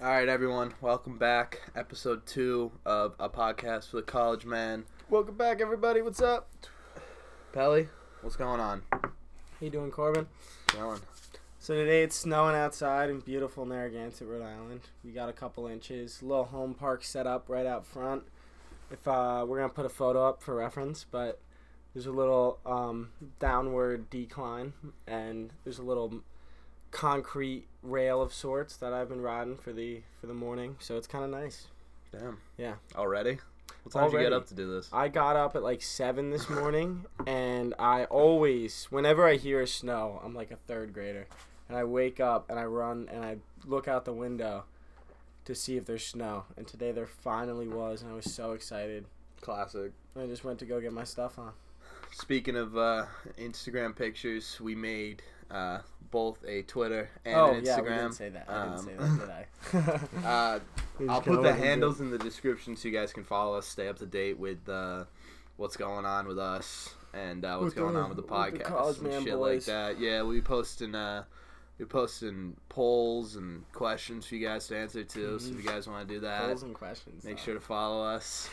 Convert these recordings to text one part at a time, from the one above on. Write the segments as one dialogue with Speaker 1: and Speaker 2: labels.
Speaker 1: All right, everyone, welcome back. Episode two of a podcast for the college man.
Speaker 2: Welcome back, everybody. What's up?
Speaker 1: Pelly, what's going on?
Speaker 2: How you doing, Corbin?
Speaker 1: Going.
Speaker 2: So today it's snowing outside in beautiful Narragansett, Rhode Island. We got a couple inches. Little home park set up right out front. If uh, we're gonna put a photo up for reference, but there's a little um, downward decline, and there's a little concrete rail of sorts that I've been riding for the for the morning. So it's kind of nice.
Speaker 1: Damn.
Speaker 2: Yeah.
Speaker 1: Already? What time did you get
Speaker 2: Already.
Speaker 1: up to do this?
Speaker 2: I got up at like seven this morning, and I always, whenever I hear snow, I'm like a third grader, and I wake up and I run and I look out the window to see if there's snow. And today there finally was, and I was so excited.
Speaker 1: Classic.
Speaker 2: And I just went to go get my stuff on.
Speaker 1: Speaking of uh, Instagram pictures, we made uh, both a Twitter and
Speaker 2: oh
Speaker 1: an Instagram.
Speaker 2: yeah, we didn't say that. I didn't say
Speaker 1: Um,
Speaker 2: that, did I?
Speaker 1: Uh,
Speaker 2: We just
Speaker 1: I'll put the
Speaker 2: kinda let him do it.
Speaker 1: handles in the description so you guys can follow us, stay up to date with uh, what's going on with us and uh, what's
Speaker 2: With
Speaker 1: going
Speaker 2: the-
Speaker 1: on with the
Speaker 2: with the
Speaker 1: podcast
Speaker 2: College
Speaker 1: and
Speaker 2: Man
Speaker 1: shit
Speaker 2: boys.
Speaker 1: like that. Yeah, we'll be posting uh, we posting polls and questions for you guys to answer to. So if you guys want to do that,
Speaker 2: Mhm. Polls and questions.
Speaker 1: make
Speaker 2: though.
Speaker 1: sure to follow us.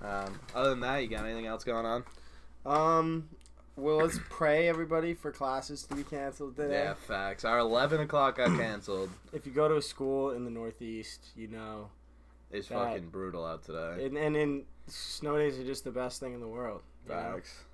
Speaker 1: Um, other than that, you got anything else going on?
Speaker 2: um, well, let's pray everybody for classes to be canceled today.
Speaker 1: Yeah, facts. Our eleven o'clock got canceled.
Speaker 2: If you go to a school in the Northeast, you know
Speaker 1: It's
Speaker 2: That-
Speaker 1: fucking brutal out today.
Speaker 2: and and, and snow days are just the best thing in the world. you know?
Speaker 1: Facts.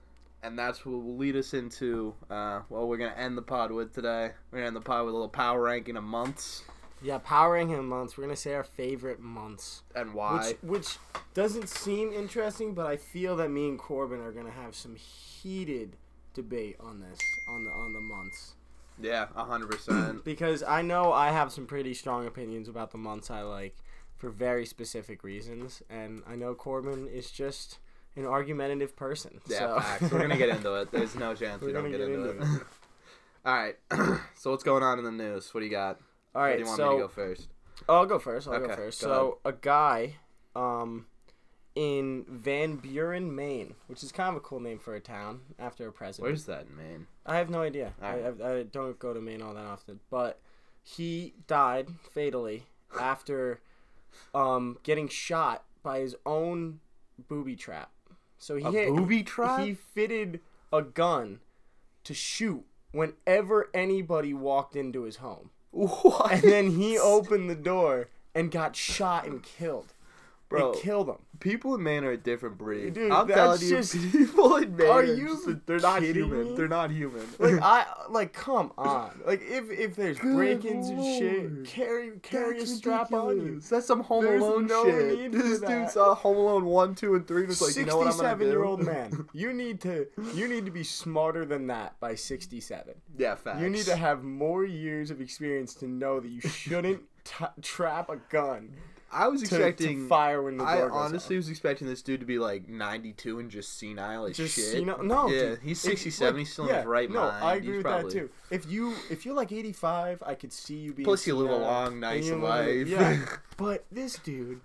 Speaker 1: And that's what will lead us into uh, what we're going to end the pod with today. We're going to end the pod with a little power ranking of months
Speaker 2: Yeah, Power Ranking months. We're gonna say our favorite months,
Speaker 1: and why.
Speaker 2: which which doesn't seem interesting, but I feel that me and Corbin are gonna have some heated debate on this on the on the months
Speaker 1: yeah, 100%.
Speaker 2: because I know I have some pretty strong opinions about the months I like for very specific reasons, and I know Corbin is just an argumentative person.
Speaker 1: yeah,
Speaker 2: so.
Speaker 1: facts. We're going to get into it. There's no chance we
Speaker 2: We're
Speaker 1: don't
Speaker 2: gonna
Speaker 1: get,
Speaker 2: get
Speaker 1: into,
Speaker 2: into
Speaker 1: it. All right. so what's going on in the news? What do you got?
Speaker 2: All
Speaker 1: Where do
Speaker 2: right,
Speaker 1: you want
Speaker 2: so
Speaker 1: me to go first?
Speaker 2: I'll go first. I'll
Speaker 1: Okay,
Speaker 2: go first.
Speaker 1: go
Speaker 2: so a guy, um, in Van Buren, Maine, which is kind of a cool name for a town after a president.
Speaker 1: Where's that in Maine?
Speaker 2: I have no idea.
Speaker 1: All
Speaker 2: I, I, I don't go to Maine all that often, but he died fatally after um, getting shot by his own booby trap. So he
Speaker 1: A
Speaker 2: hit,
Speaker 1: booby trap?
Speaker 2: He fitted a gun to shoot whenever anybody walked into his home
Speaker 1: What?
Speaker 2: and then he opened the door and got shot and killed.
Speaker 1: Bro.
Speaker 2: Bro, killed him.
Speaker 1: People in Maine are a different breed.
Speaker 2: Dude,
Speaker 1: I'm telling
Speaker 2: that's
Speaker 1: you,
Speaker 2: just-
Speaker 1: people in Maine
Speaker 2: Are
Speaker 1: are
Speaker 2: you
Speaker 1: just- they're not
Speaker 2: kidding
Speaker 1: human.
Speaker 2: me?
Speaker 1: They're not human.
Speaker 2: Like I like come on. Like if if there's
Speaker 1: Good
Speaker 2: break-ins and
Speaker 1: lord.
Speaker 2: shit, carry carry a strap on you.
Speaker 1: ridiculous. That's some Home
Speaker 2: There's
Speaker 1: Alone
Speaker 2: no
Speaker 1: shit.
Speaker 2: need for
Speaker 1: this dude
Speaker 2: that.
Speaker 1: saw Home Alone one, two, and three. And was like, you know what I'm gonna do?
Speaker 2: Sixty-seven-year-old man, you need to you need to be smarter than that by sixty-seven.
Speaker 1: yeah, facts.
Speaker 2: You need to have more years of experience to know that you shouldn't t- trap a gun
Speaker 1: I was
Speaker 2: to,
Speaker 1: expecting.
Speaker 2: to fire when the door
Speaker 1: I
Speaker 2: goes
Speaker 1: honestly was expecting this dude to be like 92 and just senile as
Speaker 2: just
Speaker 1: shit.
Speaker 2: you know no
Speaker 1: yeah,
Speaker 2: dude.
Speaker 1: he's
Speaker 2: If you-
Speaker 1: 67.
Speaker 2: like,
Speaker 1: he's still in his right
Speaker 2: no,
Speaker 1: mind.
Speaker 2: I agree
Speaker 1: he's
Speaker 2: with
Speaker 1: probably,
Speaker 2: that too. If you if you're like 85, I could see you being
Speaker 1: Plus, you live a
Speaker 2: senile,
Speaker 1: long,
Speaker 2: and
Speaker 1: nice
Speaker 2: you live a-
Speaker 1: life.
Speaker 2: Yeah, but this dude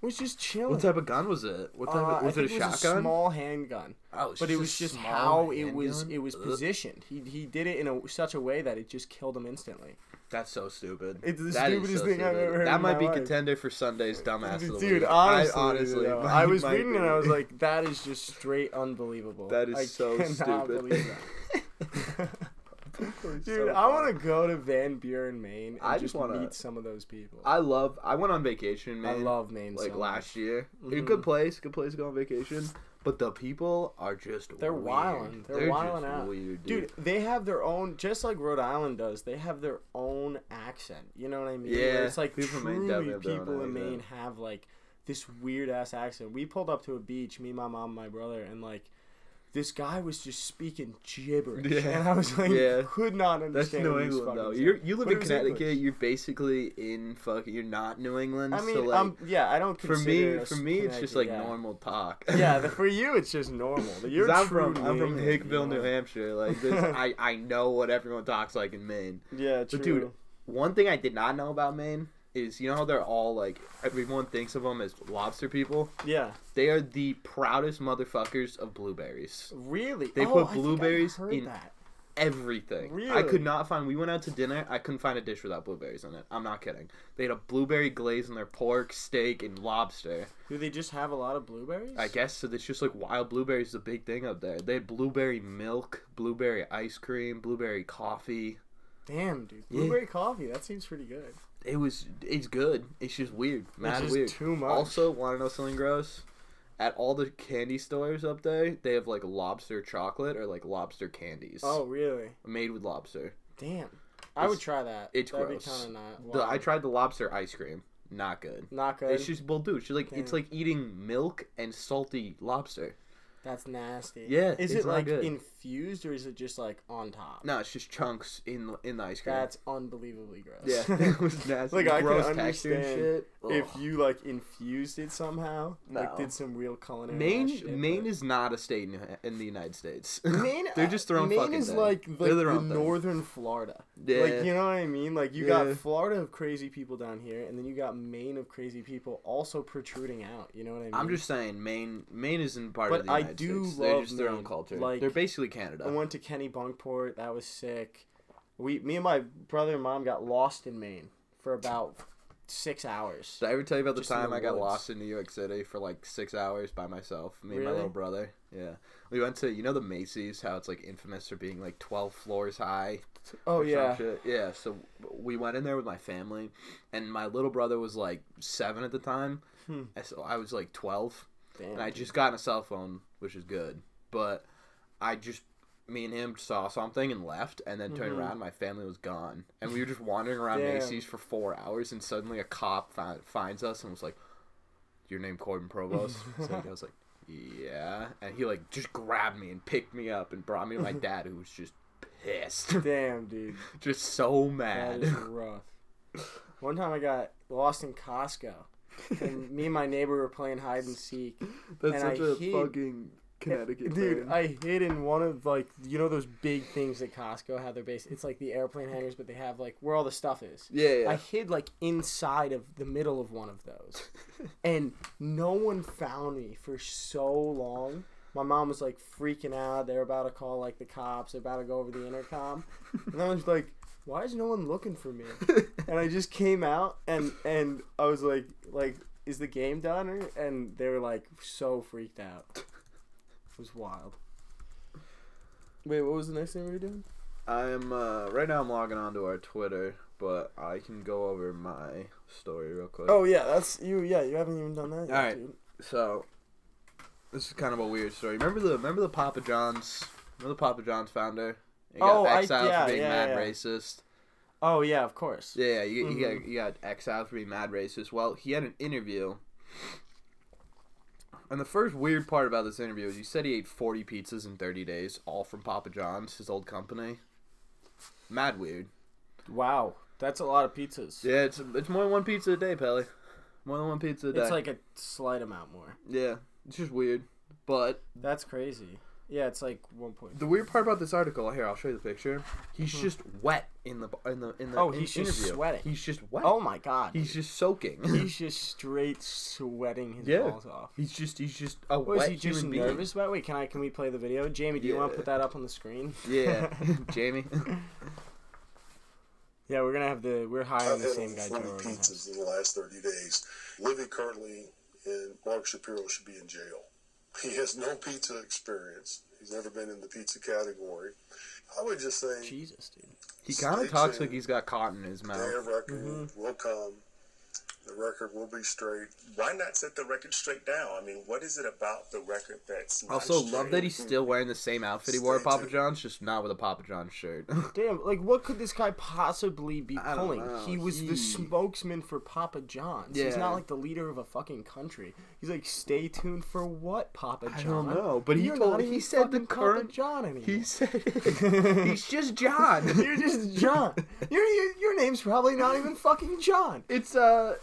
Speaker 2: was just chilling.
Speaker 1: What type of gun was it? What type?
Speaker 2: Uh,
Speaker 1: of, was
Speaker 2: I
Speaker 1: it a
Speaker 2: think it was
Speaker 1: shotgun?
Speaker 2: a small handgun,
Speaker 1: oh, it's
Speaker 2: but it was
Speaker 1: a
Speaker 2: just
Speaker 1: small
Speaker 2: how it was
Speaker 1: handgun?
Speaker 2: it was
Speaker 1: Ugh,
Speaker 2: positioned. He he did it in a, such a way that it just killed him instantly.
Speaker 1: That's so stupid.
Speaker 2: It's the
Speaker 1: That is so
Speaker 2: stupidest thing I've
Speaker 1: stupid.
Speaker 2: ever heard
Speaker 1: That
Speaker 2: in
Speaker 1: might
Speaker 2: my
Speaker 1: be
Speaker 2: life.
Speaker 1: contender for Sunday's dumbass of the week.
Speaker 2: Dude, honestly,
Speaker 1: I honestly,
Speaker 2: though,
Speaker 1: might-
Speaker 2: I was
Speaker 1: might
Speaker 2: reading
Speaker 1: be.
Speaker 2: and I was like, that is just straight unbelievable.
Speaker 1: That is
Speaker 2: I
Speaker 1: so
Speaker 2: cannot
Speaker 1: stupid.
Speaker 2: believe that. Dude, I want to go to Van Buren, Maine, and
Speaker 1: I just
Speaker 2: just,
Speaker 1: wanna-
Speaker 2: meet some of those people. I,
Speaker 1: I love. I went on vacation in Maine.
Speaker 2: love Maine.
Speaker 1: like
Speaker 2: so
Speaker 1: last year. A
Speaker 2: Mhm.
Speaker 1: good place. Good place to go on vacation. But the people are just
Speaker 2: They're
Speaker 1: weird.
Speaker 2: wildin'. They're wildin'
Speaker 1: just
Speaker 2: out.
Speaker 1: weird,
Speaker 2: much.
Speaker 1: dude.
Speaker 2: dude. They have their own, just like Rhode Island does. They have their own accent. You know what I mean? Where
Speaker 1: Yeah,
Speaker 2: it's like
Speaker 1: people in Maine
Speaker 2: truly
Speaker 1: definitely have their own
Speaker 2: people in Maine
Speaker 1: accent.
Speaker 2: have like this weird ass accent. We pulled up to a beach, me, my mom, my brother, and like. This guy was just speaking gibberish,
Speaker 1: Yeah.
Speaker 2: and I was like,
Speaker 1: Yeah.
Speaker 2: could not
Speaker 1: That's
Speaker 2: understand.
Speaker 1: New
Speaker 2: what he was
Speaker 1: England
Speaker 2: fucking
Speaker 1: though.
Speaker 2: saying.
Speaker 1: You you live
Speaker 2: But
Speaker 1: in
Speaker 2: it was
Speaker 1: Connecticut.
Speaker 2: English.
Speaker 1: You're basically in fucking. You're not New England.
Speaker 2: I mean,
Speaker 1: so like
Speaker 2: um, yeah, I don't.
Speaker 1: for
Speaker 2: consider
Speaker 1: me,
Speaker 2: us
Speaker 1: for me, it's just
Speaker 2: Connecticut,
Speaker 1: like
Speaker 2: yeah.
Speaker 1: normal talk.
Speaker 2: Yeah, the, for you it's just normal.
Speaker 1: 'Cause
Speaker 2: You're
Speaker 1: I'm
Speaker 2: true
Speaker 1: from I'm
Speaker 2: New
Speaker 1: from
Speaker 2: England,
Speaker 1: Hickville,
Speaker 2: you
Speaker 1: New
Speaker 2: know?
Speaker 1: Hampshire. Like this, I I know what everyone talks like in Maine.
Speaker 2: Yeah, true.
Speaker 1: But dude, one thing I did not know about Maine is you know how they're all like everyone thinks of them as lobster people.
Speaker 2: yeah,
Speaker 1: They are the proudest motherfuckers of blueberries.
Speaker 2: really.
Speaker 1: They
Speaker 2: Oh,
Speaker 1: put
Speaker 2: I think I've
Speaker 1: blueberries
Speaker 2: heard
Speaker 1: in
Speaker 2: that.
Speaker 1: everything. I
Speaker 2: Really?
Speaker 1: could not find. We went out to dinner. I couldn't find a dish without blueberries in it. I'm not kidding. They had a blueberry glaze in their pork, steak, and lobster.
Speaker 2: Do they just have a lot of blueberries?
Speaker 1: I guess so. It's just like wild blueberries is a big thing up there. They had blueberry milk, blueberry ice cream, blueberry coffee.
Speaker 2: Damn, dude.
Speaker 1: Yeah.
Speaker 2: Blueberry coffee. That seems pretty good.
Speaker 1: It was. It's good. It's just weird. Mad
Speaker 2: That's just
Speaker 1: weird.
Speaker 2: too much.
Speaker 1: Also, want to know something gross? At all the candy stores up there, they have like lobster chocolate or like lobster candies.
Speaker 2: oh really?
Speaker 1: made with lobster.
Speaker 2: Damn. I would
Speaker 1: It's-
Speaker 2: try that.
Speaker 1: it's
Speaker 2: That'd
Speaker 1: gross.
Speaker 2: be kind of not.
Speaker 1: The- I
Speaker 2: wow.
Speaker 1: tried the lobster ice cream. Not good.
Speaker 2: Not good.
Speaker 1: It's just well, dude. She's like, it's
Speaker 2: Damn.
Speaker 1: like eating milk and salty lobster.
Speaker 2: That's nasty.
Speaker 1: Yeah,
Speaker 2: Is
Speaker 1: it's
Speaker 2: it
Speaker 1: not
Speaker 2: like
Speaker 1: good.
Speaker 2: infused or is it just like on top?
Speaker 1: No, it's just chunks in in the ice cream.
Speaker 2: That's unbelievably gross.
Speaker 1: yeah, it was nasty.
Speaker 2: Like, I can
Speaker 1: Gross texture and
Speaker 2: understand
Speaker 1: shit.
Speaker 2: if
Speaker 1: Ugh.
Speaker 2: you like infused it somehow, like
Speaker 1: No.
Speaker 2: did some real culinary
Speaker 1: Maine,
Speaker 2: ass shit,
Speaker 1: Maine
Speaker 2: but-
Speaker 1: is not a state in, in the United States.
Speaker 2: Maine.
Speaker 1: They're just their own
Speaker 2: Maine
Speaker 1: fucking
Speaker 2: is
Speaker 1: thing.
Speaker 2: like,
Speaker 1: They're
Speaker 2: like
Speaker 1: their
Speaker 2: the
Speaker 1: own thing.
Speaker 2: northern Florida.
Speaker 1: yeah,
Speaker 2: Like you know what I mean? Like you
Speaker 1: Yeah.
Speaker 2: got Florida of crazy people down here, and then you got Maine of crazy people also protruding out. You know what I mean?
Speaker 1: I'm just saying, Maine, Maine isn't part
Speaker 2: But
Speaker 1: of the
Speaker 2: I
Speaker 1: United
Speaker 2: do
Speaker 1: States. They're
Speaker 2: love
Speaker 1: just their own
Speaker 2: Maine.
Speaker 1: culture.
Speaker 2: Like,
Speaker 1: They're basically
Speaker 2: I
Speaker 1: Canada.
Speaker 2: went to Kenny Bunkport. That was sick. We, me and my brother and mom got lost in Maine for about six hours.
Speaker 1: Did I ever tell you about the
Speaker 2: Just in the
Speaker 1: time I got
Speaker 2: woods.
Speaker 1: lost in New York City for like six hours by myself? Me and my
Speaker 2: Really?
Speaker 1: little brother. Yeah, we went to you know the Macy's, how it's like infamous for being like twelve floors high.
Speaker 2: Oh
Speaker 1: or some
Speaker 2: yeah,
Speaker 1: shit. yeah. So we went in there with my family, and my little brother was like seven at the time,
Speaker 2: Hmm.
Speaker 1: and so I was like twelve,
Speaker 2: Damn.
Speaker 1: and I just got a cell phone, which is good, but I just. Me and him saw something and left, and then turned
Speaker 2: Mhm.
Speaker 1: around. My family was gone, and we were just wandering around
Speaker 2: Damn.
Speaker 1: Macy's for four hours. And suddenly, a cop fi- finds us and was like, "Your name Corbin Provost?" so I was like, "Yeah," and he like just grabbed me and picked me up and brought me to my dad, who was just pissed
Speaker 2: Damn, dude,
Speaker 1: just so
Speaker 2: that
Speaker 1: mad.
Speaker 2: is rough. One time I got lost in Costco, and me and my neighbor were playing hide and seek.
Speaker 1: That's
Speaker 2: And I
Speaker 1: such a
Speaker 2: hate-
Speaker 1: fucking Connecticut
Speaker 2: Dude,
Speaker 1: thing.
Speaker 2: I hid in one of like you know those big things that Costco have their base. It's like the airplane hangars, but they have like where all the stuff is.
Speaker 1: yeah, yeah.
Speaker 2: I hid like inside of the middle of one of those, and no one found me for so long. My mom was like freaking out. They're about to call like the cops. They're about to go over the intercom, and I was like, "Why is no one looking for me?" And I just came out, and and I was like, "Like, is the game done?" Or, and they were like so freaked out. It was wild. Wait, what was the next thing we were doing?
Speaker 1: I'm uh, right now. I'm logging onto our Twitter, but I can go over my story real quick.
Speaker 2: Oh yeah, that's you. Yeah, you haven't even done that yet,
Speaker 1: Alright.
Speaker 2: dude.
Speaker 1: so this is kind of a weird story. Remember the remember the Papa John's? Remember the Papa John's founder? He got
Speaker 2: Oh, I-
Speaker 1: exiled
Speaker 2: yeah,
Speaker 1: for being
Speaker 2: yeah,
Speaker 1: mad
Speaker 2: yeah.
Speaker 1: racist.
Speaker 2: Oh yeah, of course.
Speaker 1: Yeah, yeah. You, you
Speaker 2: Mm-hmm.
Speaker 1: got you got exiled for being mad racist. Well, he had an interview. And the first weird part about this interview is he said he ate 40 pizzas in 30 days, all from Papa John's, his old company. Mad weird.
Speaker 2: Wow, that's a lot of pizzas.
Speaker 1: Yeah, it's it's more than one pizza a day, Pelly. More than one pizza a day.
Speaker 2: It's like a slight amount more.
Speaker 1: yeah, it's just weird. But
Speaker 2: That's crazy. Yeah, it's like one point.
Speaker 1: the weird part about this article here, I'll show you the picture. He's just wet in the in the in the
Speaker 2: Mm-hmm. Oh,
Speaker 1: in
Speaker 2: he's
Speaker 1: the
Speaker 2: just
Speaker 1: interview.
Speaker 2: sweating.
Speaker 1: He's just wet.
Speaker 2: Oh my god,
Speaker 1: he's just soaking.
Speaker 2: he's just straight sweating his
Speaker 1: Yeah.
Speaker 2: balls off.
Speaker 1: He's just he's just a
Speaker 2: What is
Speaker 1: wet
Speaker 2: he just
Speaker 1: human being.
Speaker 2: nervous about? Wait, can I? Can we play the video? Jamie, do you want
Speaker 1: Yeah.
Speaker 2: to put that up on the screen?
Speaker 1: Yeah, Jamie.
Speaker 2: yeah, we're gonna have the we're hiring
Speaker 3: I've
Speaker 2: the
Speaker 3: had
Speaker 2: same
Speaker 3: over
Speaker 2: guy. Joe
Speaker 3: 40
Speaker 2: Rogan has.
Speaker 3: pizzas in the last 30 days. Living currently in Mark Shapiro should be in jail. He has no pizza experience. He's never been in the pizza category. I would just say
Speaker 2: Jesus, dude.
Speaker 1: He kind of
Speaker 3: Stay
Speaker 1: talks
Speaker 3: tuned.
Speaker 1: like he's got cotton in his
Speaker 3: their
Speaker 1: mouth. Mm-hmm.
Speaker 3: record will come. The record will be straight.
Speaker 4: Why not set the record straight now? I mean, what is it about the record that's not
Speaker 1: Also,
Speaker 4: straight?
Speaker 1: love that he's still wearing the same outfit he wore at
Speaker 3: Stay
Speaker 1: Papa
Speaker 3: tuned.
Speaker 1: John's, just not with a Papa John's shirt.
Speaker 2: Damn, like what could this guy possibly be
Speaker 1: I don't
Speaker 2: pulling?
Speaker 1: know.
Speaker 2: He was
Speaker 1: He-
Speaker 2: the spokesman for Papa John's. He's
Speaker 1: Yeah.
Speaker 2: not like the leader of a fucking country. He's like, stay tuned for what, Papa John?
Speaker 1: I don't know, but he told- he said the
Speaker 2: fucking
Speaker 1: current-
Speaker 2: Papa John anymore.
Speaker 1: he said he's just John.
Speaker 2: You're just John. your, your your name's probably not even fucking John.
Speaker 1: It's uh,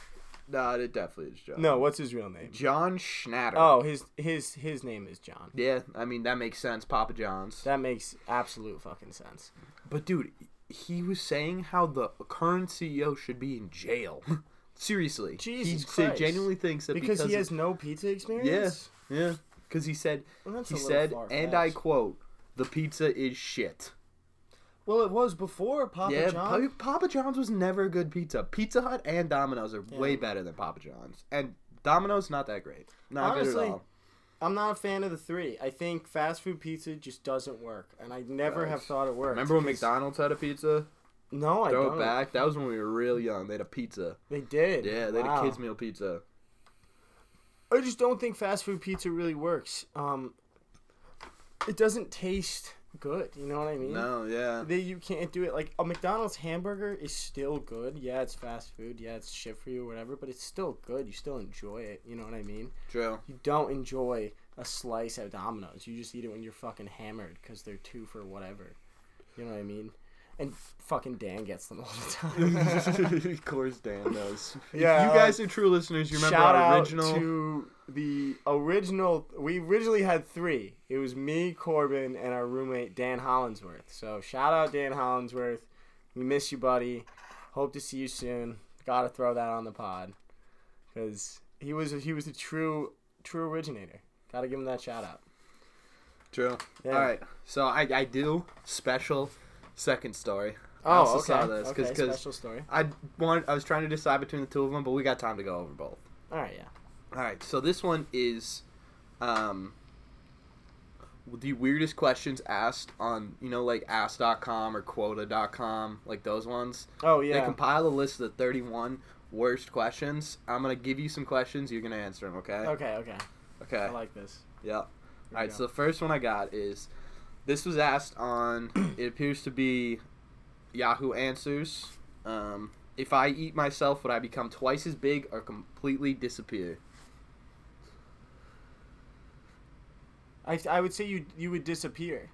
Speaker 1: nah, it definitely is John.
Speaker 2: No, what's his real name?
Speaker 1: John Schnatter.
Speaker 2: Oh, his his his name is John.
Speaker 1: Yeah, I mean that makes sense, Papa John's.
Speaker 2: That makes absolute fucking sense.
Speaker 1: But dude, he was saying how the current CEO should be in jail. Seriously,
Speaker 2: Jesus
Speaker 1: he se-
Speaker 2: Christ.
Speaker 1: genuinely thinks that
Speaker 2: Because, he
Speaker 1: of-
Speaker 2: has no pizza experience.
Speaker 1: Yeah, yeah. Because he said,
Speaker 2: Well, that's
Speaker 1: he
Speaker 2: a little
Speaker 1: said,
Speaker 2: far-fetched.
Speaker 1: and I quote, "The pizza is shit."
Speaker 2: Well, it was before Papa
Speaker 1: yeah,
Speaker 2: John.
Speaker 1: Pa- Papa John's was never a good pizza. Pizza Hut and Domino's are way better than Papa John's, and Domino's not that great. Not good
Speaker 2: Honestly,
Speaker 1: at all.
Speaker 2: I'm not a fan of the three. I think fast food pizza just doesn't work, and I never have
Speaker 1: Facts.
Speaker 2: thought it worked.
Speaker 1: Remember when
Speaker 2: 'cause-
Speaker 1: McDonald's had a pizza?
Speaker 2: No, I
Speaker 1: Throw
Speaker 2: don't.
Speaker 1: it back. That was when we were real young. They had a pizza.
Speaker 2: They did.
Speaker 1: Yeah, they had
Speaker 2: Wow.
Speaker 1: a kids meal pizza.
Speaker 2: I just don't think fast food pizza really works. Um, it doesn't taste good. You know what I mean?
Speaker 1: No, yeah.
Speaker 2: They, you can't do it. Like a McDonald's hamburger is still good. Yeah, it's fast food. Yeah, it's shit for you, or whatever. But it's still good. You still enjoy it. You know what I mean?
Speaker 1: True.
Speaker 2: You don't enjoy a slice at Domino's. You just eat it when you're fucking hammered because they're two for whatever. You know what I mean? And fucking Dan gets them all the time.
Speaker 1: of course, Dan knows.
Speaker 2: Yeah,
Speaker 1: you guys are true listeners. You remember
Speaker 2: Shout
Speaker 1: our
Speaker 2: out
Speaker 1: original?
Speaker 2: to the original. We originally had three. It was me, Corbin, and our roommate Dan Hollinsworth. So shout out Dan Hollinsworth. We miss you, buddy. Hope to see you soon. Got to throw that on the pod because he was he was a true true originator. Got to give him that shout out.
Speaker 1: True.
Speaker 2: Yeah.
Speaker 1: All right. So I, I do special second story.
Speaker 2: Oh,
Speaker 1: I also
Speaker 2: okay.
Speaker 1: saw this, 'cause-
Speaker 2: okay.
Speaker 1: 'cause-
Speaker 2: special story.
Speaker 1: I wanted, I was trying to decide between the two of them, but we got time to go over both.
Speaker 2: All right, yeah.
Speaker 1: All right. So this one is, um, the weirdest questions asked on you know like ask.com or quota.com like those ones.
Speaker 2: Oh yeah.
Speaker 1: They compile a list of the 31 worst questions. I'm gonna give you some questions. You're gonna answer them. Okay.
Speaker 2: okay, okay.
Speaker 1: Okay.
Speaker 2: I like this.
Speaker 1: Yeah. All
Speaker 2: we
Speaker 1: right.
Speaker 2: go.
Speaker 1: So the first one I got is this was asked on. it appears to be Yahoo Answers. Um, if I eat myself, would I become twice as big or completely disappear?
Speaker 2: I, I would say you you would disappear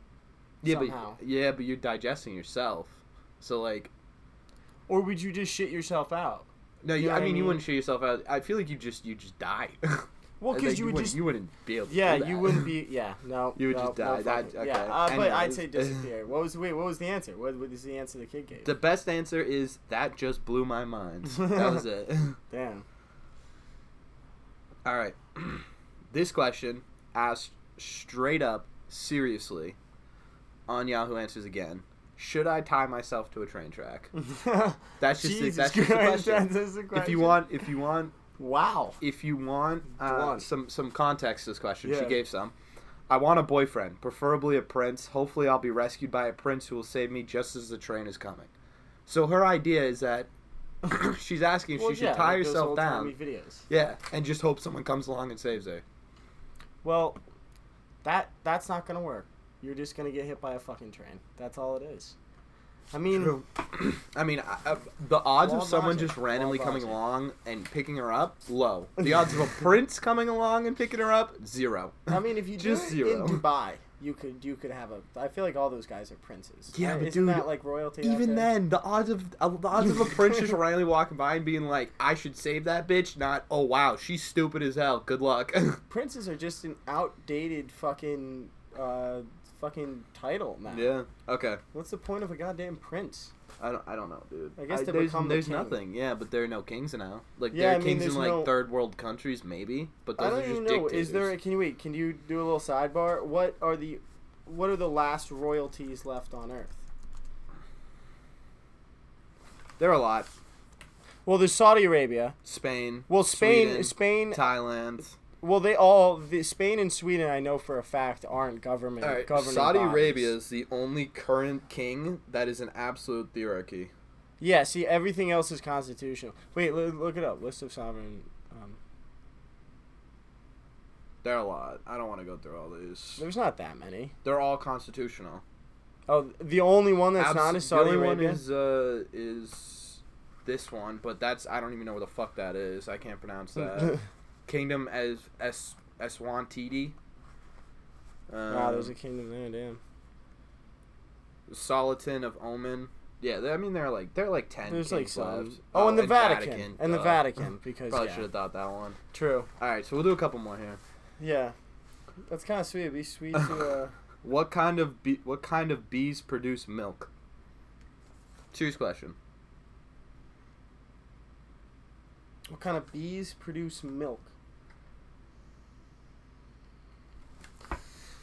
Speaker 1: Yeah,
Speaker 2: Somehow.
Speaker 1: but yeah, but you're digesting yourself. So like,
Speaker 2: or would you just shit yourself out?
Speaker 1: no, you,
Speaker 2: Yeah,
Speaker 1: I,
Speaker 2: I
Speaker 1: mean, you
Speaker 2: mean-
Speaker 1: wouldn't shit yourself out. I feel like you just you just die.
Speaker 2: Well,
Speaker 1: Like,
Speaker 2: because you would
Speaker 1: wouldn't-
Speaker 2: just
Speaker 1: you wouldn't be able. To
Speaker 2: Yeah,
Speaker 1: do
Speaker 2: you
Speaker 1: that.
Speaker 2: wouldn't be. Yeah, no.
Speaker 1: You would
Speaker 2: no,
Speaker 1: just
Speaker 2: no,
Speaker 1: die. That-
Speaker 2: fuck it. Yeah,
Speaker 1: okay.
Speaker 2: uh, but I'd say
Speaker 1: Anyways.
Speaker 2: disappear. what was wait? What was the answer? What, what is the answer the kid gave?
Speaker 1: The best answer is that just blew my mind. that was it.
Speaker 2: Damn.
Speaker 1: All right. this question asked straight up, seriously, on Yahoo Answers again. Should I tie myself to a train track? That's just the,
Speaker 2: Jesus
Speaker 1: that's just the
Speaker 2: Christ,
Speaker 1: question.
Speaker 2: that's just the
Speaker 1: If you
Speaker 2: question.
Speaker 1: want, if you want,
Speaker 2: wow.
Speaker 1: if you want uh,
Speaker 2: Blunt.
Speaker 1: some some context to this question, she
Speaker 2: Yeah.
Speaker 1: gave some. I want a boyfriend, preferably a prince. Hopefully, I'll be rescued by a prince who will save me just as the train is coming. So her idea is that she's asking if
Speaker 2: Well,
Speaker 1: she should
Speaker 2: yeah,
Speaker 1: tie
Speaker 2: like those
Speaker 1: herself
Speaker 2: old
Speaker 1: down.
Speaker 2: timey Videos.
Speaker 1: Yeah, and just hope someone comes along and saves her.
Speaker 2: Well, that that's not gonna work. You're just gonna get hit by a fucking train. That's all it is. I mean,
Speaker 1: True. I mean, I, I, the odds
Speaker 2: Law
Speaker 1: of
Speaker 2: of
Speaker 1: someone
Speaker 2: logic.
Speaker 1: just randomly
Speaker 2: Law of
Speaker 1: coming
Speaker 2: logic.
Speaker 1: along and picking her up, low. The odds of a prince coming along and picking her up, zero.
Speaker 2: I mean, if you
Speaker 1: Just
Speaker 2: do it
Speaker 1: zero.
Speaker 2: in Dubai, you could you could have a. I feel like all those guys are princes.
Speaker 1: Yeah,
Speaker 2: Right?
Speaker 1: but
Speaker 2: Isn't
Speaker 1: dude,
Speaker 2: that like royalty. out
Speaker 1: Even
Speaker 2: there?
Speaker 1: then, the odds of uh, the odds of a prince just randomly walking by and being like, "I should save that bitch," not, "Oh wow, she's stupid as hell. Good luck."
Speaker 2: princes are just an outdated fucking uh fucking title now.
Speaker 1: yeah. Okay.
Speaker 2: What's the point of a goddamn prince?
Speaker 1: I don't. I don't know, dude.
Speaker 2: I guess they
Speaker 1: there's,
Speaker 2: become the
Speaker 1: there's
Speaker 2: king.
Speaker 1: nothing. Yeah, but there are no kings now. Like
Speaker 2: Yeah,
Speaker 1: there
Speaker 2: I
Speaker 1: are
Speaker 2: mean,
Speaker 1: kings in
Speaker 2: there's
Speaker 1: like
Speaker 2: no-
Speaker 1: third world countries, maybe. But those
Speaker 2: I don't
Speaker 1: are just
Speaker 2: even know.
Speaker 1: dictators.
Speaker 2: Is there? Can you wait? Can you do a little sidebar? What are the, what are the last royalties left on Earth?
Speaker 1: there are a lot.
Speaker 2: Well, there's Saudi Arabia.
Speaker 1: Spain.
Speaker 2: Well, Spain,
Speaker 1: Sweden,
Speaker 2: Spain.
Speaker 1: Thailand.
Speaker 2: well, they all the Spain and Sweden. I know for a fact aren't government.
Speaker 1: All right,
Speaker 2: governing
Speaker 1: Saudi
Speaker 2: bodies.
Speaker 1: Arabia is the only current king that is an absolute theorarchy.
Speaker 2: Yeah. See, everything else is constitutional. Wait, l- look it up. List of sovereign. Um,
Speaker 1: There are a lot. I don't want to go through all these.
Speaker 2: there's not that many.
Speaker 1: They're all constitutional.
Speaker 2: Oh, the only one that's
Speaker 1: Abs-
Speaker 2: not is Saudi
Speaker 1: the only
Speaker 2: Arabia.
Speaker 1: one is uh is this one, but that's I don't even know what the fuck that is. I can't pronounce that. Kingdom as as Eswatini. Um,
Speaker 2: wow, there's a kingdom there. Damn.
Speaker 1: Soliton of Omen. Yeah, they- I mean they're like they're like ten.
Speaker 2: There's like
Speaker 1: kings
Speaker 2: some.
Speaker 1: left. Uh,
Speaker 2: Oh, and the Vatican. And the
Speaker 1: duh.
Speaker 2: Vatican because
Speaker 1: uh, Probably
Speaker 2: yeah.
Speaker 1: should have thought that one.
Speaker 2: True.
Speaker 1: All right, so we'll do a couple more here.
Speaker 2: Yeah. That's kind of sweet. It'd be sweet to uh
Speaker 1: What kind of bee, what kind of bees produce milk? Serious question.
Speaker 2: what kind of bees produce milk?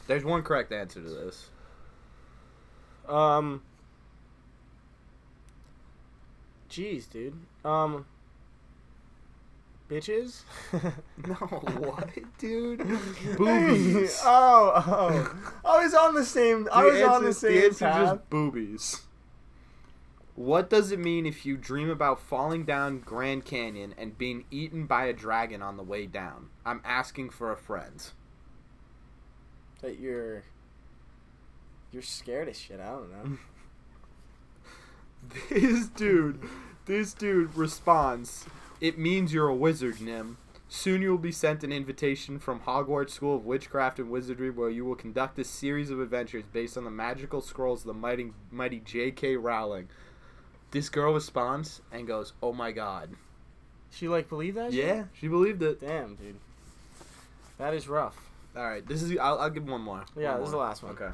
Speaker 1: There's one correct answer to this.
Speaker 2: Um Jeez, dude. Um, bitches.
Speaker 1: No, what, dude?
Speaker 2: Hey, oh, oh. I was on the same. I was on the
Speaker 1: The
Speaker 2: same
Speaker 1: answer's
Speaker 2: path.
Speaker 1: just boobies. What does it mean if you dream about falling down Grand Canyon and being eaten by a dragon on the way down? I'm asking for a friend.
Speaker 2: That you're. You're scared as shit. I don't know.
Speaker 1: This dude, this dude responds, "It means you're a wizard, Nim. Soon you will be sent an invitation from Hogwarts School of Witchcraft and Wizardry, where you will conduct a series of adventures based on the magical scrolls of the mighty, mighty J.K. Rowling." This girl responds and goes, "Oh my God!"
Speaker 2: She like believe that? shit?
Speaker 1: Yeah, she believed it.
Speaker 2: Damn, dude. That is rough.
Speaker 1: All right, this is. I'll, I'll give one more.
Speaker 2: Yeah,
Speaker 1: One
Speaker 2: this is the
Speaker 1: more.
Speaker 2: last one.
Speaker 1: Okay.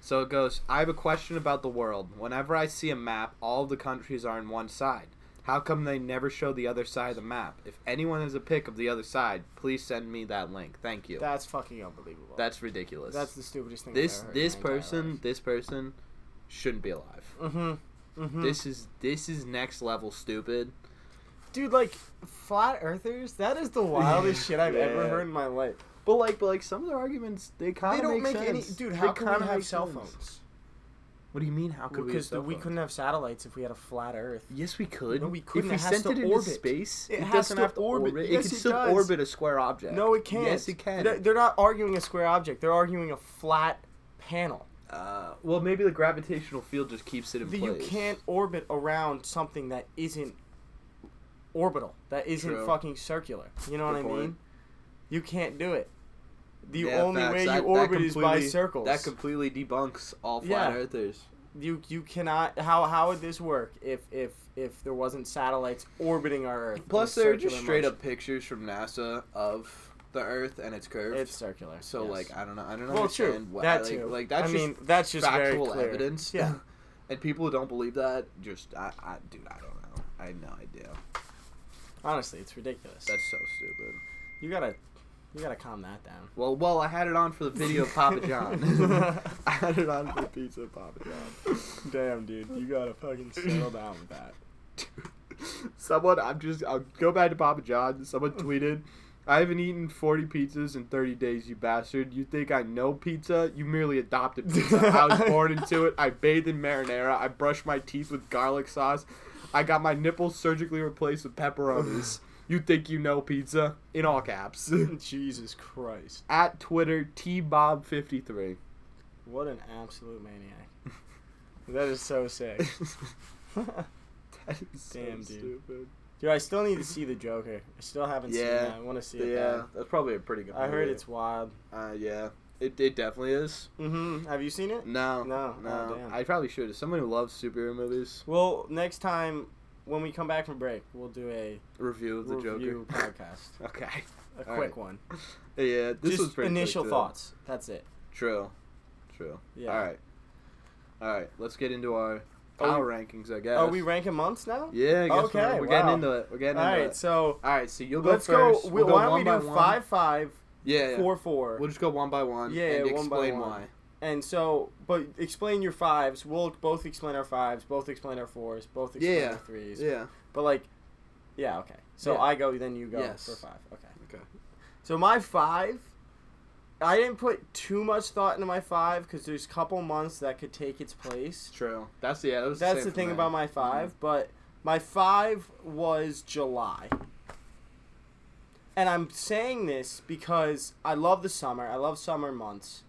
Speaker 1: So it goes. I have a question about the world. Whenever I see a map, all of the countries are on one side. How come they never show the other side of the map? If anyone has a pic of the other side, please send me that link. Thank you.
Speaker 2: That's fucking unbelievable.
Speaker 1: That's ridiculous.
Speaker 2: That's the stupidest thing.
Speaker 1: this this person this person shouldn't be alive.
Speaker 2: Mm-hmm. Mm-hmm.
Speaker 1: This is this is next level stupid.
Speaker 2: dude, like flat earthers. That is the wildest shit I've ever
Speaker 1: Yeah.
Speaker 2: heard in my life.
Speaker 1: But like but like some of their arguments they kind
Speaker 2: They
Speaker 1: of
Speaker 2: don't
Speaker 1: make,
Speaker 2: make any.
Speaker 1: sense.
Speaker 2: Dude,
Speaker 1: They
Speaker 2: how can
Speaker 1: kinda
Speaker 2: we have
Speaker 1: make
Speaker 2: cell
Speaker 1: sense.
Speaker 2: phones?
Speaker 1: What do you mean? How could we? have
Speaker 2: Because
Speaker 1: cell
Speaker 2: we
Speaker 1: phones?
Speaker 2: couldn't have satellites if we had a flat Earth.
Speaker 1: Yes, we could.
Speaker 2: No, we
Speaker 1: If
Speaker 2: couldn't.
Speaker 1: we
Speaker 2: It has
Speaker 1: sent
Speaker 2: to
Speaker 1: it into
Speaker 2: orbit.
Speaker 1: space,
Speaker 2: It
Speaker 1: it,
Speaker 2: has
Speaker 1: doesn't
Speaker 2: to
Speaker 1: have to
Speaker 2: orbit.
Speaker 1: orbit.
Speaker 2: Yes,
Speaker 1: it can
Speaker 2: it
Speaker 1: still
Speaker 2: does.
Speaker 1: orbit a square object.
Speaker 2: No, it can't.
Speaker 1: Yes, it can.
Speaker 2: They're- They're not arguing a square object. They're arguing a flat panel.
Speaker 1: uh, well, maybe the gravitational field just keeps it in
Speaker 2: That you
Speaker 1: place.
Speaker 2: can't orbit around something that isn't orbital, that isn't
Speaker 1: True.
Speaker 2: fucking circular. You know what
Speaker 1: Good
Speaker 2: I mean?
Speaker 1: point.
Speaker 2: You can't do it. The
Speaker 1: Yeah,
Speaker 2: only
Speaker 1: facts.
Speaker 2: way you
Speaker 1: That- that
Speaker 2: orbit is by
Speaker 1: completely-
Speaker 2: circles.
Speaker 1: That completely debunks all flat
Speaker 2: Yeah.
Speaker 1: earthers.
Speaker 2: you you cannot. How how would this work if if if there wasn't satellites orbiting our Earth?
Speaker 1: Plus,
Speaker 2: in a
Speaker 1: they're just
Speaker 2: circular
Speaker 1: straight
Speaker 2: motion?
Speaker 1: up pictures from NASA of the Earth and it's curved.
Speaker 2: It's circular.
Speaker 1: so
Speaker 2: yes.
Speaker 1: like I don't know. I don't
Speaker 2: Well,
Speaker 1: understand
Speaker 2: true.
Speaker 1: why.
Speaker 2: That
Speaker 1: like,
Speaker 2: too.
Speaker 1: like that's
Speaker 2: I
Speaker 1: just
Speaker 2: mean, that's just very
Speaker 1: factual
Speaker 2: clear.
Speaker 1: evidence.
Speaker 2: Yeah.
Speaker 1: and people who don't believe that, just I, I, dude, I don't know. I have no idea.
Speaker 2: honestly, it's ridiculous.
Speaker 1: That's so stupid.
Speaker 2: you gotta you gotta calm that down.
Speaker 1: Well, well, I had it on for the video of Papa John. I had it on for the pizza of Papa John.
Speaker 2: Damn, dude, you gotta fucking settle down with that.
Speaker 1: Someone, I'm just, I'll go back to Papa John. Someone tweeted, I haven't eaten 40 pizzas in 30 days, you bastard. You think I know pizza? You merely adopted pizza. I was born into it. I bathed in marinara. I brushed my teeth with garlic sauce. I got my nipples surgically replaced with pepperonis. You think you know pizza? In all caps.
Speaker 2: Jesus Christ.
Speaker 1: At Twitter, tbob53.
Speaker 2: What an absolute maniac. that is so sick.
Speaker 1: That is so
Speaker 2: Damn, dude.
Speaker 1: stupid.
Speaker 2: Dude, I still need to see the Joker. I still haven't seen
Speaker 1: Yeah,
Speaker 2: that. I want to see it.
Speaker 1: Yeah,
Speaker 2: bad.
Speaker 1: that's probably a pretty good.
Speaker 2: I heard
Speaker 1: movie.
Speaker 2: it's wild.
Speaker 1: Uh, yeah, it, it definitely is.
Speaker 2: Mm-hmm. Have you seen it?
Speaker 1: No,
Speaker 2: No,
Speaker 1: no,
Speaker 2: oh,
Speaker 1: no.
Speaker 2: damn.
Speaker 1: I probably should. As someone who loves superhero movies,
Speaker 2: Well, next time when we come back from break, we'll do a
Speaker 1: review of the
Speaker 2: review
Speaker 1: Joker.
Speaker 2: podcast.
Speaker 1: okay.
Speaker 2: A
Speaker 1: All
Speaker 2: quick
Speaker 1: right.
Speaker 2: one.
Speaker 1: Yeah, this
Speaker 2: Just
Speaker 1: was pretty
Speaker 2: initial
Speaker 1: quick, too.
Speaker 2: thoughts. That's it.
Speaker 1: True, true.
Speaker 2: Yeah.
Speaker 1: All right, all right. Let's get into our
Speaker 2: Are
Speaker 1: power
Speaker 2: we-
Speaker 1: rankings. I guess.
Speaker 2: Are Oh, we ranking months now?
Speaker 1: Yeah. I guess
Speaker 2: Okay,
Speaker 1: We're, we're
Speaker 2: wow.
Speaker 1: getting into it. We're
Speaker 2: All
Speaker 1: getting into
Speaker 2: right.
Speaker 1: it.
Speaker 2: So
Speaker 1: all right. So you'll go
Speaker 2: let's
Speaker 1: first.
Speaker 2: go.
Speaker 1: We'll go
Speaker 2: why don't
Speaker 1: one
Speaker 2: we
Speaker 1: by
Speaker 2: do
Speaker 1: one.
Speaker 2: five five
Speaker 1: Yeah. yeah.
Speaker 2: four four?
Speaker 1: We'll just go one by one.
Speaker 2: Yeah,
Speaker 1: And
Speaker 2: yeah, one by
Speaker 1: explain
Speaker 2: one.
Speaker 1: why.
Speaker 2: And so, but explain your fives. We'll both explain our fives, both explain our fours, both explain
Speaker 1: Yeah.
Speaker 2: our threes.
Speaker 1: Yeah.
Speaker 2: But like, yeah, okay. So
Speaker 1: Yeah.
Speaker 2: I go, then you go
Speaker 1: Yes.
Speaker 2: for five. Okay.
Speaker 1: Okay.
Speaker 2: So my five, I didn't put too much thought into my five because there's a couple months that could take its place.
Speaker 1: True. That's yeah. That was
Speaker 2: That's
Speaker 1: same
Speaker 2: the
Speaker 1: for
Speaker 2: thing
Speaker 1: me.
Speaker 2: about my 5 But my five was July. And I'm saying this because I love the summer. I love summer months.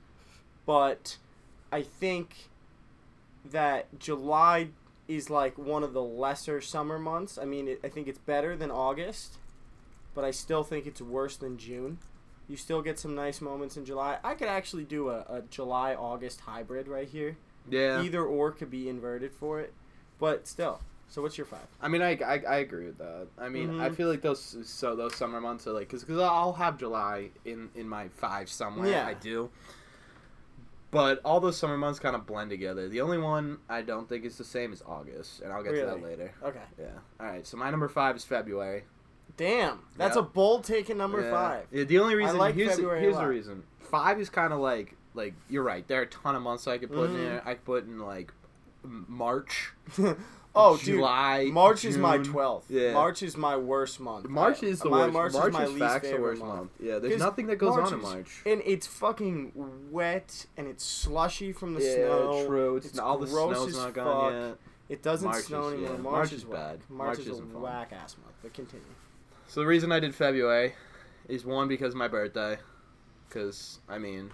Speaker 2: But I think that July is like one of the lesser summer months. I mean, it, I think it's better than August, but I still think it's worse than June. You still get some nice moments in July. I could actually do a, a July August hybrid right here.
Speaker 1: Yeah.
Speaker 2: Either or could be inverted for it, but still. So what's your five?
Speaker 1: I mean, I, I, I agree with that. I mean, I
Speaker 2: Mhm.
Speaker 1: feel like those so those summer months are like because because I'll have July in in my five somewhere.
Speaker 2: Yeah.
Speaker 1: I do. But all those summer months kind of blend together. The only one I don't think is the same is August, and I'll get to that
Speaker 2: Really?
Speaker 1: later.
Speaker 2: Okay.
Speaker 1: Yeah. All right. So my number five is February.
Speaker 2: Damn, that's
Speaker 1: Yep.
Speaker 2: a bold take in number
Speaker 1: Yeah.
Speaker 2: five.
Speaker 1: Yeah, the only reason
Speaker 2: like
Speaker 1: here's, the,
Speaker 2: February a
Speaker 1: here's
Speaker 2: lot.
Speaker 1: the reason five is kind of like like
Speaker 2: Mm-hmm.
Speaker 1: you're right. There are a ton of months I could put in
Speaker 2: Mhm.
Speaker 1: there. I could put in like M- March.
Speaker 2: Oh,
Speaker 1: July,
Speaker 2: dude, March is my
Speaker 1: June.
Speaker 2: twelfth.
Speaker 1: Yeah.
Speaker 2: March is my worst month.
Speaker 1: March is the
Speaker 2: my,
Speaker 1: worst.
Speaker 2: March, is my least
Speaker 1: facts the
Speaker 2: favorite
Speaker 1: worst
Speaker 2: month.
Speaker 1: month. Yeah, there's
Speaker 2: 'Cause
Speaker 1: nothing that goes on in
Speaker 2: is-
Speaker 1: March.
Speaker 2: And it's fucking wet and it's slushy from the
Speaker 1: yeah,
Speaker 2: snow.
Speaker 1: true. It's, not all the
Speaker 2: gross
Speaker 1: snow's
Speaker 2: as
Speaker 1: not gone
Speaker 2: fuck.
Speaker 1: yet.
Speaker 2: It doesn't
Speaker 1: March
Speaker 2: snow
Speaker 1: is-
Speaker 2: anymore.
Speaker 1: yeah,
Speaker 2: March,
Speaker 1: March
Speaker 2: is
Speaker 1: is
Speaker 2: whack.
Speaker 1: bad.
Speaker 2: March,
Speaker 1: March
Speaker 2: is a
Speaker 1: isn't fun.
Speaker 2: whack ass month. But continue.
Speaker 1: So the reason I did February is one because of my birthday, because I mean,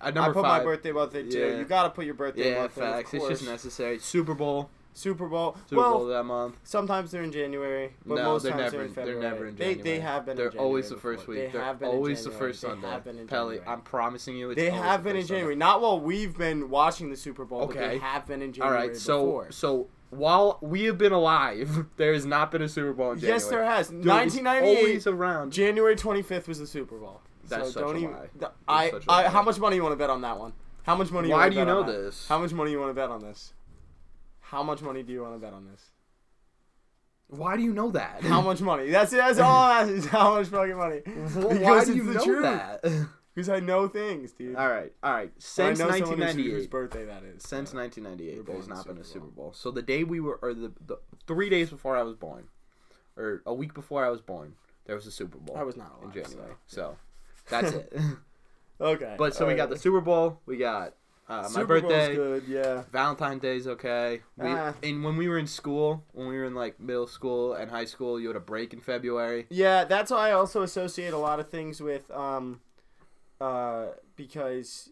Speaker 1: at number
Speaker 2: I put
Speaker 1: five,
Speaker 2: my birthday month in too.
Speaker 1: Yeah.
Speaker 2: You gotta put your birthday
Speaker 1: yeah,
Speaker 2: month in. of
Speaker 1: facts. It's just
Speaker 2: course.
Speaker 1: necessary. Super Bowl,
Speaker 2: Super Bowl.
Speaker 1: Super
Speaker 2: well,
Speaker 1: Bowl that month.
Speaker 2: sometimes they're in January, but
Speaker 1: no,
Speaker 2: most
Speaker 1: they're
Speaker 2: times
Speaker 1: never.
Speaker 2: they're in February.
Speaker 1: They're never in
Speaker 2: They-
Speaker 1: January.
Speaker 2: They, have been.
Speaker 1: They're
Speaker 2: in
Speaker 1: always the
Speaker 2: January
Speaker 1: first
Speaker 2: before.
Speaker 1: week.
Speaker 2: They
Speaker 1: are
Speaker 2: have been in
Speaker 1: always the
Speaker 2: January.
Speaker 1: first
Speaker 2: They
Speaker 1: Sunday.
Speaker 2: have been in
Speaker 1: Pelly,
Speaker 2: January.
Speaker 1: I'm promising you, it's
Speaker 2: They
Speaker 1: always
Speaker 2: have
Speaker 1: the
Speaker 2: been in
Speaker 1: first Sunday.
Speaker 2: January. Not while we've been watching the Super Bowl, but they
Speaker 1: Okay.
Speaker 2: have been in
Speaker 1: All
Speaker 2: January.
Speaker 1: right, so
Speaker 2: before.
Speaker 1: so while we have been alive, there has not been a Super Bowl in January.
Speaker 2: yes, there has.
Speaker 1: Dude, it's
Speaker 2: 1998,
Speaker 1: always around.
Speaker 2: January 25th was the Super Bowl.
Speaker 1: That's
Speaker 2: so
Speaker 1: such
Speaker 2: don't
Speaker 1: a
Speaker 2: even,
Speaker 1: lie.
Speaker 2: th-
Speaker 1: That's
Speaker 2: I,
Speaker 1: such a
Speaker 2: I,
Speaker 1: lie.
Speaker 2: how much money you want to bet on that one? How much money? You
Speaker 1: Why
Speaker 2: wanna
Speaker 1: do you
Speaker 2: bet on
Speaker 1: know
Speaker 2: that?
Speaker 1: this?
Speaker 2: How much money you want to bet on this? How much money do you want to bet on this?
Speaker 1: Why do you know that?
Speaker 2: How much money? That's it. That's all I'm asking. Is how much fucking money?
Speaker 1: Why
Speaker 2: Because
Speaker 1: do
Speaker 2: it's
Speaker 1: you
Speaker 2: the
Speaker 1: know
Speaker 2: truth.
Speaker 1: that?
Speaker 2: Because I know things, dude.
Speaker 1: all right, all right.
Speaker 2: Or
Speaker 1: Since
Speaker 2: I know someone whose- whose
Speaker 1: 1998,
Speaker 2: birthday that is.
Speaker 1: since
Speaker 2: so.
Speaker 1: 1998,
Speaker 2: born
Speaker 1: there's
Speaker 2: in
Speaker 1: not
Speaker 2: the
Speaker 1: been a
Speaker 2: Super
Speaker 1: Super Bowl. So the day we were, or the, the three days before I was born, or a week before I was born, there was a Super Bowl.
Speaker 2: I was not
Speaker 1: in
Speaker 2: alive,
Speaker 1: January. So,
Speaker 2: so-
Speaker 1: that's it.
Speaker 2: Okay.
Speaker 1: but so we got the Super Bowl. We got uh, my birthday.
Speaker 2: Bowl's good, yeah.
Speaker 1: Valentine's Day's okay. We,
Speaker 2: Ah.
Speaker 1: And when we were in school, when we were in like middle school and high school, you had a break in February.
Speaker 2: Yeah, that's why I also associate a lot of things with um uh because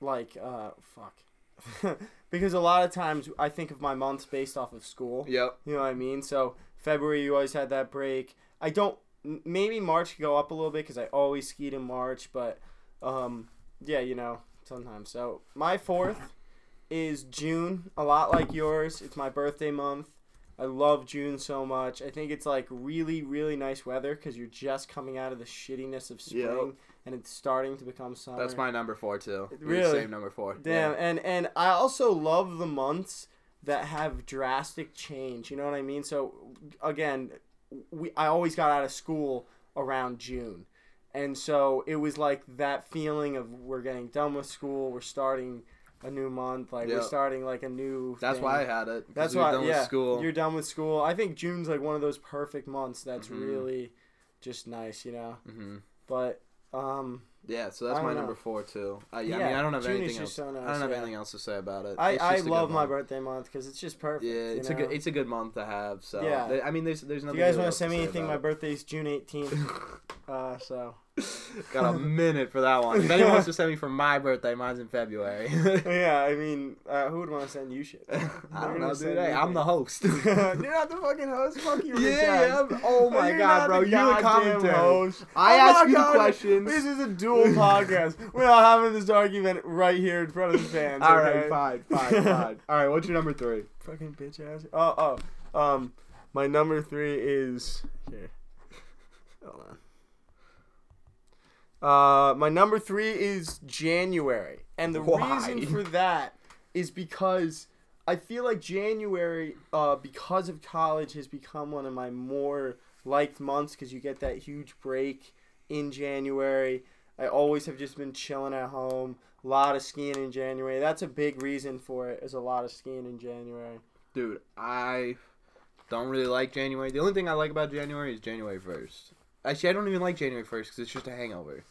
Speaker 2: like uh fuck. because a lot of times I think of my months based off of school.
Speaker 1: Yep.
Speaker 2: You know what I mean? So February, you always had that break. I don't. m- Maybe March could go up a little bit because I always skied in March, but um, yeah, you know, sometimes. So my fourth is June. A lot like yours. It's my birthday month. I love June so much. I think it's like really, really nice weather because you're just coming out of the shittiness of spring and it's starting to become summer.
Speaker 1: That's my number four too. We had the
Speaker 2: Oh, Really?
Speaker 1: Same number four.
Speaker 2: Damn,
Speaker 1: Yeah.
Speaker 2: and and I also love the months that have drastic change. You know what I mean? So again, we I always got out of school around June. And so it was like that feeling of we're getting done with school, we're starting a new month, like
Speaker 1: Yeah.
Speaker 2: we're starting like a new
Speaker 1: That's
Speaker 2: thing.
Speaker 1: why I had it. 'cause
Speaker 2: That's
Speaker 1: we were
Speaker 2: why
Speaker 1: done with
Speaker 2: yeah,
Speaker 1: school.
Speaker 2: you're done with school. I think June's like one of those perfect months that's
Speaker 1: Mm-hmm.
Speaker 2: really just nice, you know.
Speaker 1: hmm
Speaker 2: But um
Speaker 1: Yeah, so
Speaker 2: I
Speaker 1: that's
Speaker 2: don't
Speaker 1: my
Speaker 2: know.
Speaker 1: number four too. Uh, yeah, I
Speaker 2: Yeah,
Speaker 1: mean, I don't have
Speaker 2: June is
Speaker 1: anything else.
Speaker 2: just so
Speaker 1: I
Speaker 2: nice,
Speaker 1: don't have
Speaker 2: yeah.
Speaker 1: anything else to say about it.
Speaker 2: I,
Speaker 1: It's
Speaker 2: I
Speaker 1: just a
Speaker 2: love
Speaker 1: good
Speaker 2: my
Speaker 1: month.
Speaker 2: birthday month because it's just perfect.
Speaker 1: Yeah,
Speaker 2: you
Speaker 1: it's a
Speaker 2: know?
Speaker 1: good it's a good month to have. So
Speaker 2: Yeah.
Speaker 1: th- I mean, there's there's
Speaker 2: If
Speaker 1: nothing.
Speaker 2: you guys
Speaker 1: really
Speaker 2: want
Speaker 1: else
Speaker 2: to send me
Speaker 1: say
Speaker 2: anything, my
Speaker 1: about
Speaker 2: birthday's June 18th. Uh, so
Speaker 1: it. got a minute for that one. If anyone wants to send me for my birthday, mine's in February.
Speaker 2: yeah, I mean, uh, who would want to send you shit? You're
Speaker 1: I
Speaker 2: gonna
Speaker 1: don't know,
Speaker 2: send
Speaker 1: dude. Hey,
Speaker 2: me
Speaker 1: I'm the host.
Speaker 2: You're not the fucking host. Fuck you. Rich
Speaker 1: Yeah,
Speaker 2: Ass.
Speaker 1: I'm- oh my
Speaker 2: You're
Speaker 1: god,
Speaker 2: not
Speaker 1: bro,
Speaker 2: the
Speaker 1: you're the
Speaker 2: goddamn
Speaker 1: commentator.
Speaker 2: host.
Speaker 1: I
Speaker 2: I'm
Speaker 1: ask
Speaker 2: not
Speaker 1: you the
Speaker 2: commentating.
Speaker 1: questions.
Speaker 2: This is a dual podcast. We're not having this argument right here in front of the fans.
Speaker 1: All
Speaker 2: okay?
Speaker 1: right, fine, fine, fine. All right, what's your number three?
Speaker 2: Fucking bitch ass. Oh, oh. Um, my number three is here. Hold on. Uh, my number three is January, and the
Speaker 1: Why?
Speaker 2: reason for that is because I feel like January, uh, because of college, has become one of my more liked months because you get that huge break in January. I always have just been chilling at home. A lot of skiing in January. That's a big reason for it. Is a lot of skiing in January.
Speaker 1: Dude, I don't really like January. The only thing I like about January is January 1st. Actually, I don't even like January 1st because it's just a hangover.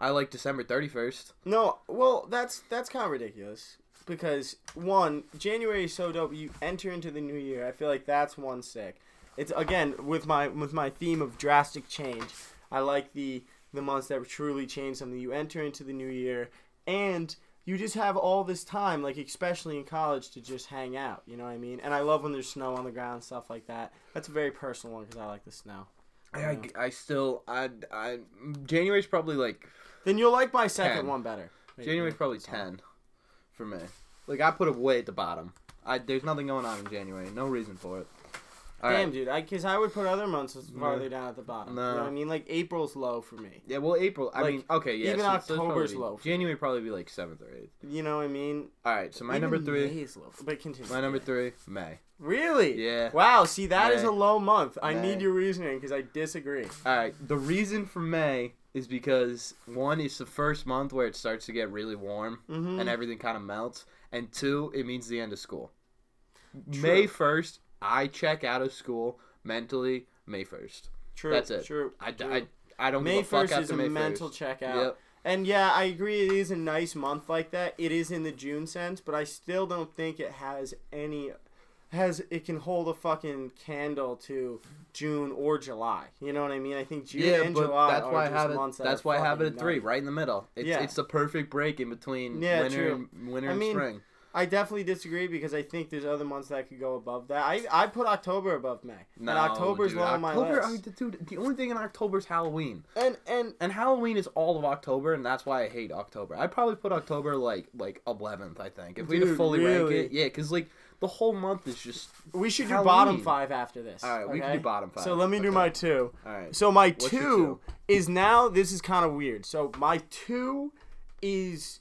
Speaker 1: I like December 31st.
Speaker 2: No, well, that's that's kind of ridiculous because one January is so dope. You enter into the new year. I feel like that's one sick. It's again with my with my theme of drastic change. I like the the months that truly change something. You enter into the new year and you just have all this time, like especially in college, to just hang out. You know what I mean? And I love when there's snow on the ground, stuff like that. That's a very personal one because I like the snow.
Speaker 1: I, I, I still, I, I, January's probably like,
Speaker 2: Then you'll like my second
Speaker 1: Ten.
Speaker 2: one better.
Speaker 1: January's probably 10 for me. Like, I put it way at the bottom. I, there's nothing going on in January. No reason for it. All right.
Speaker 2: Damn, dude. I because I would put other months as farther down at the bottom. You know
Speaker 1: No.
Speaker 2: what I mean? Like April's low for me.
Speaker 1: Yeah, well, April. I
Speaker 2: Like,
Speaker 1: mean, okay, yeah.
Speaker 2: even
Speaker 1: it's
Speaker 2: October's
Speaker 1: probably-
Speaker 2: low for me.
Speaker 1: January probably be like seventh or eighth.
Speaker 2: You know what I mean?
Speaker 1: All right, so my number
Speaker 2: Even
Speaker 1: three.
Speaker 2: May is low. But continue.
Speaker 1: My number three, May.
Speaker 2: Really?
Speaker 1: Yeah.
Speaker 2: Wow. See, that is
Speaker 1: May.
Speaker 2: a low month. I
Speaker 1: May.
Speaker 2: need your reasoning because I disagree.
Speaker 1: All right, the reason for May is because one, it's the first month where it starts to get really warm
Speaker 2: Mhm.
Speaker 1: and everything kind of melts, and two, it means the end of school. May first, I check out of school mentally. May first.
Speaker 2: True.
Speaker 1: That's it.
Speaker 2: True.
Speaker 1: I,
Speaker 2: true.
Speaker 1: I, I don't
Speaker 2: May
Speaker 1: give a fuck
Speaker 2: first
Speaker 1: after
Speaker 2: is a
Speaker 1: May
Speaker 2: mental
Speaker 1: 1st.
Speaker 2: checkout.
Speaker 1: Yep.
Speaker 2: And yeah, I agree. It is a nice month like that. It is in the June sense, but I still don't think it has any. Has it can hold a fucking candle to June or July? You know what I mean? I think June
Speaker 1: Yeah,
Speaker 2: and
Speaker 1: but
Speaker 2: July
Speaker 1: that's
Speaker 2: are
Speaker 1: why I
Speaker 2: just
Speaker 1: have it.
Speaker 2: months that
Speaker 1: That's
Speaker 2: are
Speaker 1: why I have it
Speaker 2: fucking
Speaker 1: at three,
Speaker 2: nuts.
Speaker 1: right in the middle. It's
Speaker 2: Yeah.
Speaker 1: it's the perfect break in between
Speaker 2: Yeah,
Speaker 1: winter
Speaker 2: true.
Speaker 1: and winter
Speaker 2: I
Speaker 1: and
Speaker 2: mean,
Speaker 1: spring.
Speaker 2: I definitely disagree because I think there's other months that could go above that. I, I put October above May.
Speaker 1: No,
Speaker 2: and October's
Speaker 1: dude,
Speaker 2: low on my
Speaker 1: October,
Speaker 2: list.
Speaker 1: I, dude, the only thing in October is Halloween,
Speaker 2: and and
Speaker 1: and Halloween is all of October, and that's why I hate October. I'd probably put October like like eleventh, I think, if we'd
Speaker 2: Dude,
Speaker 1: fully rank
Speaker 2: really?
Speaker 1: it. Yeah, because like the whole month is just
Speaker 2: we should do bottom
Speaker 1: Halloween.
Speaker 2: five after this.
Speaker 1: All right, we can do bottom five.
Speaker 2: So let me do
Speaker 1: Okay.
Speaker 2: my two.
Speaker 1: all right.
Speaker 2: So my
Speaker 1: What's
Speaker 2: two,
Speaker 1: your two?
Speaker 2: is now. This is kind of weird. So my two is